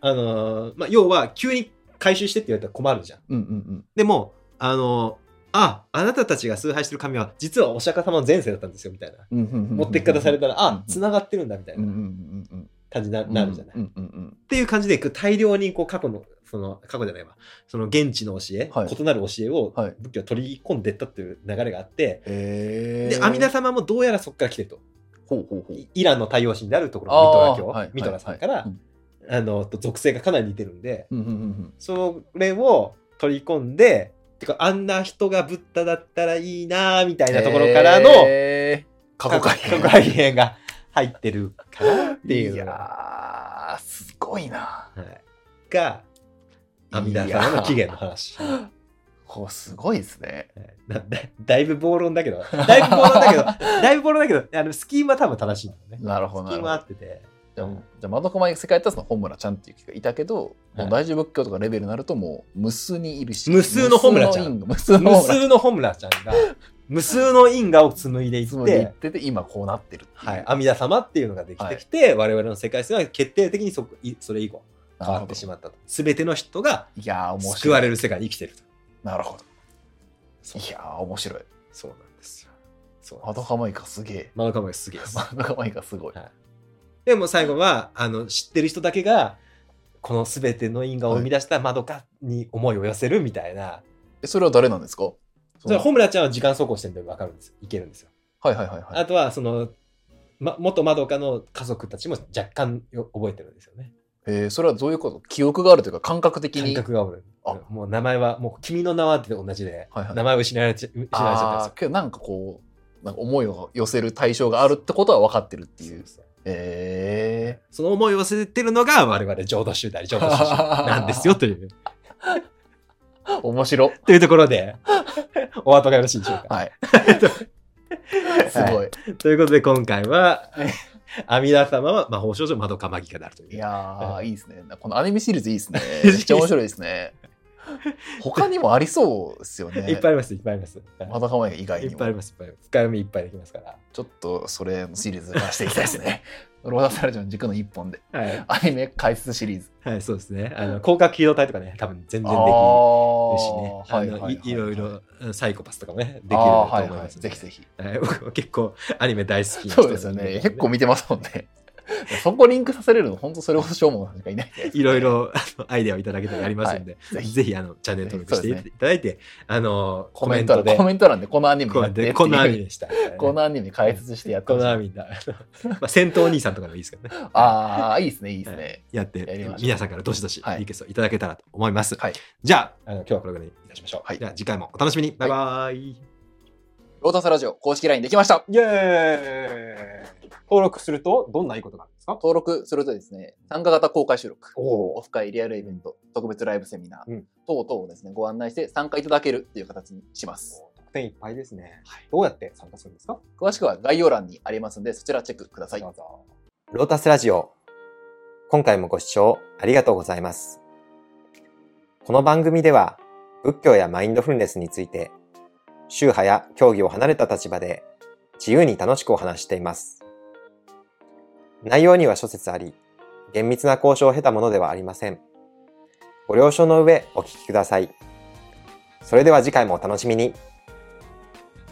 S2: あのーまあ、要は、急に回収してって言われたら困るじゃん。
S3: うんうんうん、
S2: でも、あのーあ、あなたたちが崇拝してる神は、実はお釈迦様の前世だったんですよ、みたいな。
S3: うんうんうんうん
S2: 持ってき方されたら、
S3: うんうん
S2: あ、繋がってるんだ、みたい
S3: うんうん
S2: な
S3: うん
S2: 感じにな
S3: うん
S2: なるじゃない。
S3: う
S2: っ
S3: んうんうん
S2: ていう感じで、こう大量に、こう、過去の、その、過去じゃないわ、その現地の教え、
S3: はい
S2: 異なる教えを
S3: はい、
S2: 仏教は取り込んでったっていう流れがあって、
S3: へ
S2: で、
S3: ー
S2: 阿弥陀様もどうやらそこから来てると。
S3: ほうほうほう
S2: イイランの太陽神であるところ
S3: あ
S2: のミトラ
S3: ー
S2: 教、
S3: はい
S2: ミトラさんから、
S3: はいはい
S2: あの、と属性がかなり似てるんで、
S3: うんうんうんうん
S2: それを取り込んで、てか、あんな人がブッダだったらいいなみたいなところからの、
S3: えー過去
S2: 過
S3: 回
S2: 去改変が入ってるかなっていうのが、
S3: やー、すごいな。
S2: はい、が阿弥陀様の起源の話。はい
S3: こう、すごいですね。
S2: なだだいぶ暴論だけど、だいぶ暴論だけど、 だいぶ暴論だけど、あのスキームは多分正しいんだよね。
S3: なるほど、
S2: スキー
S3: なる
S2: ム
S3: ほ
S2: は合
S3: ど。
S2: ってて。
S3: じゃあ、じゃあ窓駒に世界やったらその本村ちゃんっていう人がいたけど、も
S2: は
S3: う
S2: い
S3: 大乗仏教とかレベルになるともう無数にいるし。
S2: 無数の本村ちゃん
S3: 無数の因
S2: 無
S3: 無数の本村ちゃん。
S2: 数のホムラちゃんが、無数の因果を紡いでいっ、
S3: つもりで言っててて、今こうなってるっていう
S2: はい、阿弥陀様っていうのができてきて、我々の世界線は決定的にそこいそれ以降変わってしまったと。すべての人が
S3: いやー、面白い。
S2: 救われる世界に生きてると。
S3: なるほど。
S2: そう
S3: いやー、面白い。
S2: そうなんですよ。そうなん
S3: 窓
S2: です。
S3: かまいかすげえ。
S2: マドカモイすげえです。
S3: 窓かまいかすごい。
S2: はいでも最後はあの知ってる人だけがこの全ての因果を生み出したマドカに思いを寄せるみたいな、
S3: え、それは誰なんですか
S2: それはホムラちゃんは時間走行してるんで分かるんですよいけるんですよ、
S3: はいはいはいは
S2: あとはその、ま、元マドカの家族たちも若干よ覚えてるんですよね
S3: い。えー、それはどういうこと記憶があるというか感覚的
S2: 感
S3: に。
S2: 覚がおる
S3: あ
S2: もう名前はもう君の名はって同じで、
S3: はいはい
S2: 名前を失われちゃ失われちゃったんです
S3: あ
S2: よ
S3: ーけどなんかこう、なんか思いを寄せる対象があるってことは分かってるっていう。
S2: そうそう
S3: え
S2: その思いを寄せてるのが我々浄土宗であり浄土宗 なんですよという
S3: ー、面白。
S2: というところでお後がよろしいでしょうか
S3: はい。す
S2: は
S3: ごい。
S2: ということで今回は
S3: はい
S2: 阿弥陀様は魔法少女まどかマギカであるという
S3: い、やー、いいですね。このアニメシリーズい いですね。めっちゃ面白いですね。他にもありそうですよね。
S2: いっぱいありますいっぱいあります、
S3: まだかまい以外
S2: い
S3: に
S2: っぱいあ
S3: も
S2: り。ますいっぱいあります深読みいっぱいできますか
S3: ちょっとそれのシリーズ化していきたいで すね。ローダスラジオの軸の一本で。
S2: らはい、
S3: アニメ解説シリーズ。
S2: はい、そうですねあの広角機動隊とかね多分全然できるしね
S3: あー
S2: あ
S3: はい
S2: の
S3: はい
S2: いいろい
S3: はい
S2: ろうんサイコパスとかもねできると
S3: あー
S2: 思い
S3: は
S2: ま
S3: い
S2: す、
S3: はいぜひぜひ。
S2: はい僕は結構アニメ大好きな人
S3: そうですよ
S2: なん
S3: ね。結構見てますもんね。そこリンクさせれるの、本当それほどしょうもないしかいないんで。
S2: いろいろあのアイデアをいただけたりありますんで、
S3: ぜ
S2: ぜ
S3: ひ
S2: ひあのチャンネル登録して
S3: そうです
S2: いただいて、あのコ
S3: コ
S2: メ
S3: メ
S2: ン
S3: ン
S2: ト
S3: ト
S2: で
S3: 欄、コメント欄でこのアニメ
S2: こうや
S3: やっ
S2: って
S3: って
S2: て
S3: いう
S2: こんなアニメでしたみた いなね
S3: このアニメ解説してやって
S2: こ
S3: ほしい
S2: のアミダ。 まあ、戦闘兄さんとかでもいいですけどね。
S3: ああ、いいですね、いいですね。
S2: やっ
S3: やり
S2: て
S3: ましょ、う
S2: 皆さんからどしどし
S3: はい
S2: リクエストいただけたらと思います。
S3: はい。
S2: じゃあ、あの今日はこれぐらいにいたしましょう。
S3: はい
S2: じゃあ、次回もお楽しみに。バイバイ。
S3: ロータスラジオ公式 LINE できました。
S1: イエーイ登録するとどんないいことがあるんですか
S3: 登録するとですね、参加型公開収録、
S1: お
S3: オ
S1: お
S3: フ会リアルイベント、特別ライブセミナ
S1: う
S3: ー
S1: ん
S3: 等々をですね、ご案内して参加いただけるっていう形にします。
S1: 得点いっぱいですね、どうやって参加するんですか
S3: 詳しくは概要欄にありますんで、そちらチェックください。
S1: どうぞロータスラジオ今回もご視聴ありがとうございますこの番組では仏教やマインドフルネスについて宗派や教義を離れた立場で自由に楽しくお話ししています内容には諸説あり厳密な交渉を経たものではありませんご了承の上お聞きくださいそれでは次回もお楽しみに